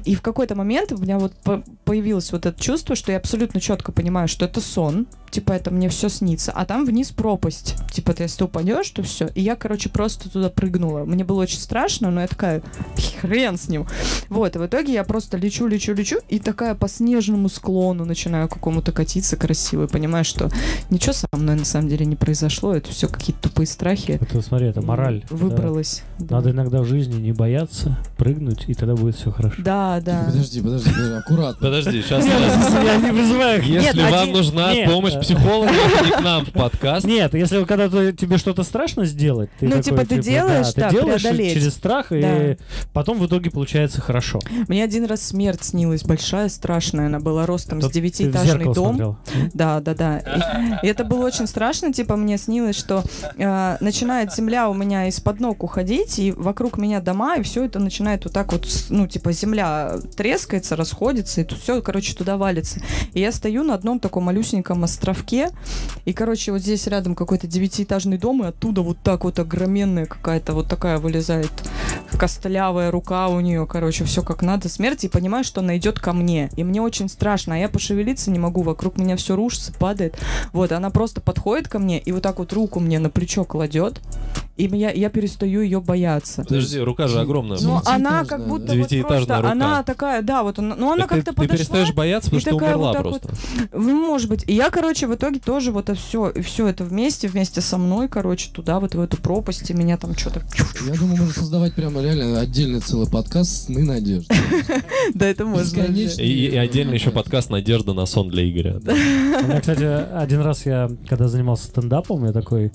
И в какой-то момент у меня вот по- появилось вот это чувство, что я абсолютно четко понимаю, что это сон, типа это мне все снится, а там вниз пропасть, типа ты если ты упадешь, то все. И я, короче, просто туда прыгнула. Мне было очень страшно, но я такая, хрен с ним. Вот, и в итоге я просто лечу, лечу, лечу, и такая по снежному склону начинаю к какому-то катиться красиво, и понимаю, что ничего со мной на самом деле не произошло, это все какие-то тупые страхи. Это, э, смотри, это мораль. Это Выбралась. да. Надо иногда в жизни не бояться, прыгнуть, и тогда будет все хорошо. Да, да. Подожди, подожди, подожди, аккуратно. Подожди, сейчас. Я не вызываю Если Нет, вам один- нужна Нет. э, помощь психолога, не к нам в подкаст. Нет, если вот когда ты- тебе что-то страшно сделать, ты Ну, такой, типа, ты да, делаешь, ты да, делаешь преодолеть. через страх, Да. и потом в итоге получается хорошо. Мне один раз смерть снилась, большая, страшная. Она была ростом А Тут с ты в девятиэтажный зеркало дом. смотрела. Да, да, да. И, и это было очень страшно. Типа мне снилось, что э, начинает земля у меня из-под ног уходить, и вокруг меня дома, и все это начинает вот так вот, с- ну, типа земля трескается, расходится, и все, короче, туда валится. И я стою на одном таком малюсеньком островке, и, короче, вот здесь рядом какой-то девятиэтажный дом, и оттуда вот так вот огроменная какая-то вот такая вылезает костлявая рука у нее, короче, все как надо, смерть, и понимаю, что она идет ко мне. И мне очень страшно, а я пошевелиться не могу, вокруг меня все рушится, падает. Вот, она просто подходит ко мне и вот так вот руку мне на плечо кладет, и я, я перестаю ее бояться. Подожди, рука же огромная. Ну, была. Но она Девятиэтажная, как да. будто вот Девятиэтажная просто, рука. она такая, да, вот, она, ну она Так ты- как-то ты подошла. перестаешь бояться, потому и что такая умерла вот так просто. Ну, может быть. И я, короче, в итоге тоже вот все, все это вместе, вместе со мной, короче, туда, вот в эту пропасть, и меня там что-то... Я думаю, можно создавать прямо реально отдельный целый подкаст «Сны надежды». Да, это можно. Бесконечно. уже. И, и отдельно еще подкаст «Надежда на сон для Игоря». У меня, кстати, один раз я, когда занимался стендапом, я такой,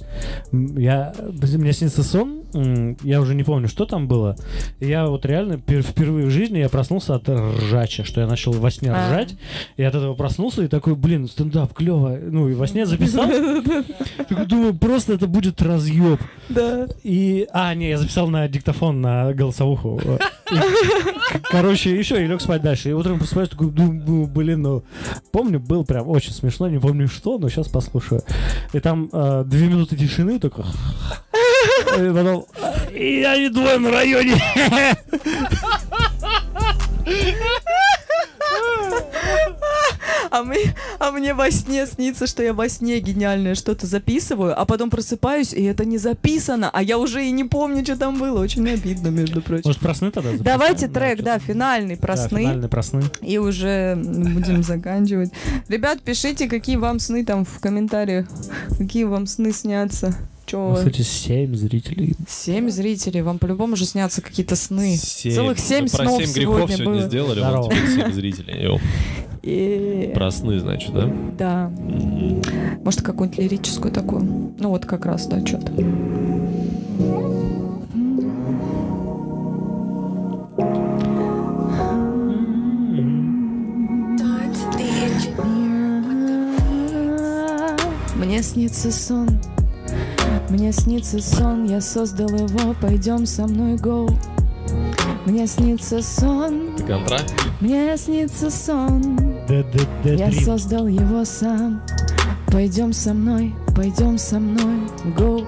м, я, мне снится сон, м, я уже не помню, что там было. И я вот реально пер- впервые в жизни я проснулся от ржача, что я начал во сне А. ржать. И от этого проснулся и такой, блин, стендап, клево. Ну и во сне записал. Такой, Думаю, просто это будет разъеб. Да. И... А, не, я записал на диктофон, на голосовуху. И, к- Короче, и все, и лег спать дальше. И утром просыпаюсь, такой, думаю, блин, ну... Помню, был прям очень смешно, не помню что, но сейчас послушаю. И там э, две минуты тишины, только... И потом... И они двое на районе. А мне, а мне во сне снится, что я во сне гениальное что-то записываю, а потом просыпаюсь, и это не записано, а я уже и не помню, что там было. Очень обидно, между прочим. Может, просны тогда? записать? Давайте трек, что-то. да, финальный, про Да, сны. финальные про сны. И уже будем заканчивать. Ребят, пишите, какие вам сны там в комментариях. Какие вам сны снятся. Ну, Чё? Кстати, семь зрителей. Семь зрителей. Вам по-любому же снятся какие-то сны. Семь. Целых семь Ну, Про снов семь грехов сегодня сегодня было. сделали, вот Здорово. теперь семь зрителей. Йоу. И... Про сны, значит, да? Да. Мгм. Может, какую-нибудь лирическую такую. Ну вот как раз, да, что-то. Мне снится сон, мне снится сон, я создал его, пойдем со мной, гоу. Мне снится сон, Ты контракт? мне снится сон, Да-да-да, я Dream. создал его сам. Пойдем со мной, пойдем со мной, гоу.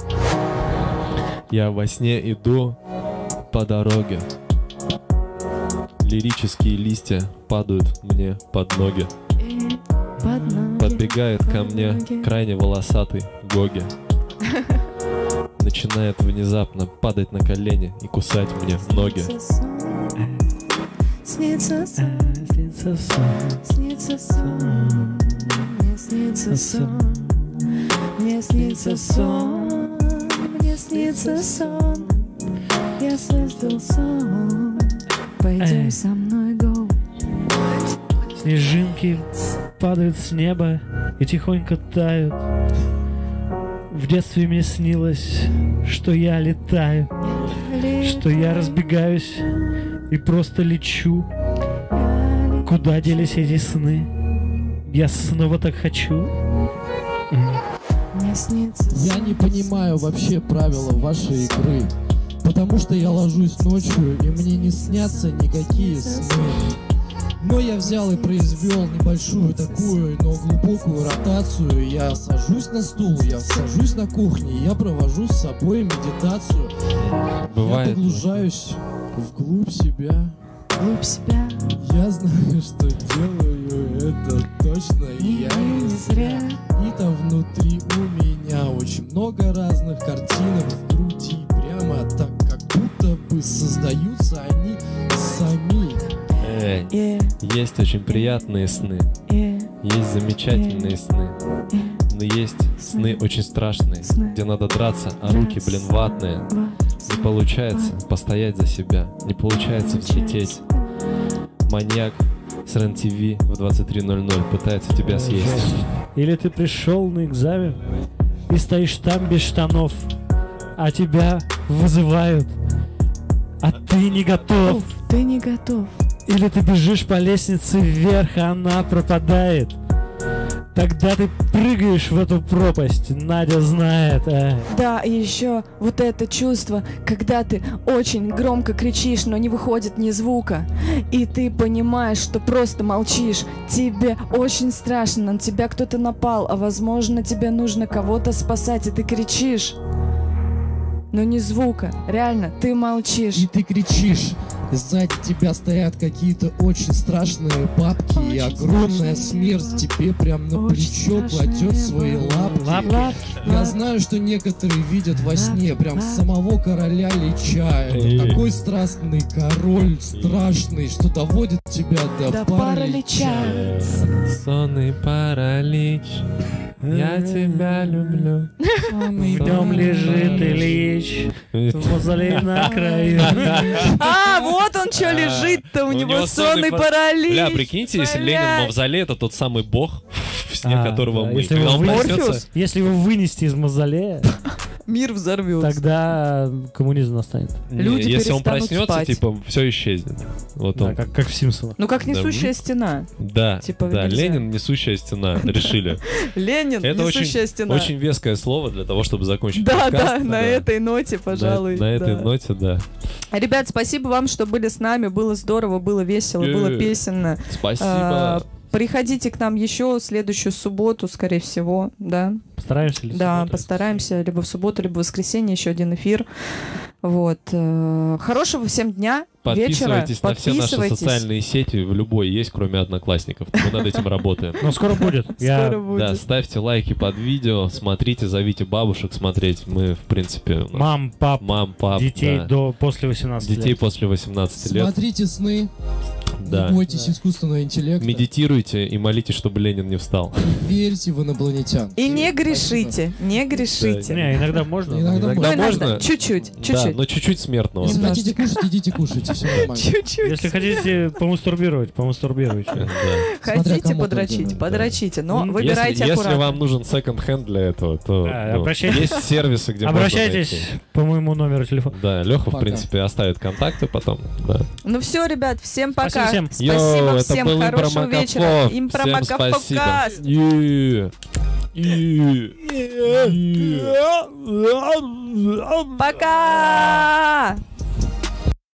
Я во сне иду по дороге. Лирические листья падают мне под ноги. Под ноги. Подбегает ко под мне ноги. крайне волосатый Гоги. Начинает внезапно падать на колени и кусать мне ноги. Снится сон, снится сон, Снится сон. снится сон, мне снится сон, мне снится сон. снится сон, я создал сон. Пойдем Эй. со мной, go. Снежинки падают с неба и тихонько тают. В детстве мне снилось, что я летаю, что я разбегаюсь и просто лечу. Куда делись эти сны? Я снова так хочу. Мне снится Я сон, не понимаю вообще правила вашей игры. Потому что я ложусь ночью, и мне не снятся никакие сны. Но я взял и произвел небольшую такую, но глубокую ротацию. Я сажусь на стул, я сажусь на кухне, я провожу с собой медитацию. Я Бывает. погружаюсь вглубь себя. глубь себя, Я знаю, что делаю это точно, и и я не зря. И там внутри у меня очень много разных картинок в груди Прямо так, как будто бы создаются они сами Эй, Э, есть очень приятные сны, э, есть замечательные сны, но есть сны очень страшные, э. Сны. где надо драться, а руки, блин, ватные. Не получается постоять за себя, не получается взлететь. Маньяк с РЕН-ТВ в 23.00 пытается тебя съесть. Или ты пришел на экзамен и стоишь там без штанов, а тебя вызывают, а ты не готов. Оф, ты не готов. Или ты бежишь по лестнице вверх, а она пропадает. Тогда ты прыгаешь в эту пропасть. Надя знает. э. Да, и еще вот это чувство, когда ты очень громко кричишь, но не выходит ни звука, и ты понимаешь, что просто молчишь, тебе очень страшно, на тебя кто-то напал, а возможно тебе нужно кого-то спасать, и ты кричишь. Но не звука, реально, ты И молчишь. ты кричишь Сзади тебя стоят какие-то очень страшные бабки И Очень огромная страшные смерть бабки. тебе прям на Очень плечо кладет страшные свои лапки Я знаю, что некоторые видят во сне прям самого короля Лича. Это Эй. такой страстный король, страшный, что доводит тебя до, Да паралича. паралича. Сонный паралич, я тебя люблю. Днем лежит Ильич, возле на краю. А, вот он что А, лежит-то, у у него него сонный сонный пар- паралич. Бля, прикиньте, если Ленин в Блядь. мавзолее, это тот самый бог, в сне А, которого да, мы. если Когда вы он Морфеус? проснется, Если его вынести из мавзолея, Мир взорвется. тогда коммунизм настанет. не, Люди если он перестанут проснется, спать. типа, все исчезнет. Вот Да, он. как, как в Симпсонах. Ну как Да несущая вы- стена. Да, Типа, да, нельзя. Ленин, несущая стена, решили. Ленин, Это очень- несущая стена. Очень веское слово для того, чтобы закончить Да, подкаст. да, на этой ноте, На- пожалуй. На этой да. ноте, да. Ребят, спасибо вам, что были с нами. Было здорово, было весело, было Э. песенно. А, Спасибо. Приходите к нам еще следующую субботу, скорее всего, да. Постараемся ли? да, субботу? постараемся либо в субботу, либо в воскресенье еще один эфир. Вот. э, Хорошего всем дня, вечера. Подписывайтесь на все наши Подписывайтесь. социальные сети, в любой есть, кроме одноклассников. Мы над этим работаем. Но скоро будет. Я Скоро Да, будет. ставьте лайки под видео, смотрите, зовите бабушек смотреть. Мы, в принципе, у нас мам, пап, мам, пап, детей да. до после 18 детей лет. после 18 лет. Смотрите сны, Да. не бойтесь Да. искусственного интеллекта, Медитируйте и молитесь, чтобы Ленин не встал. верьте в инопланетян. И не грешите, не грешите. Не, иногда можно. Иногда Ну, можно. иногда, можно. Чуть-чуть, Да, ну, чуть-чуть. но чуть-чуть смертного. Если Немножко. хотите кушать, идите кушайте, все нормально. Чуть-чуть. Если хотите помастурбировать, помастурбируйте. Да. Смотря Хотите кому подрочить, только, да. подрочите, но М. выбирайте если, если аккуратно. вам нужен секонд-хенд для этого, то Да, ну, обращайтесь. есть сервисы, где можно Обращайтесь найти. по моему номеру телефона. Да, Леха, в Пока. принципе, оставит контакты потом. Да. Ну все, ребят, всем пока. Спасибо всем. Йоу, Спасибо это всем, был хорошего Импромакафо. вечера. Всем Импромакафокаст. спасибо. Е-е-е. Е-е-е. Е-е-е. Пока!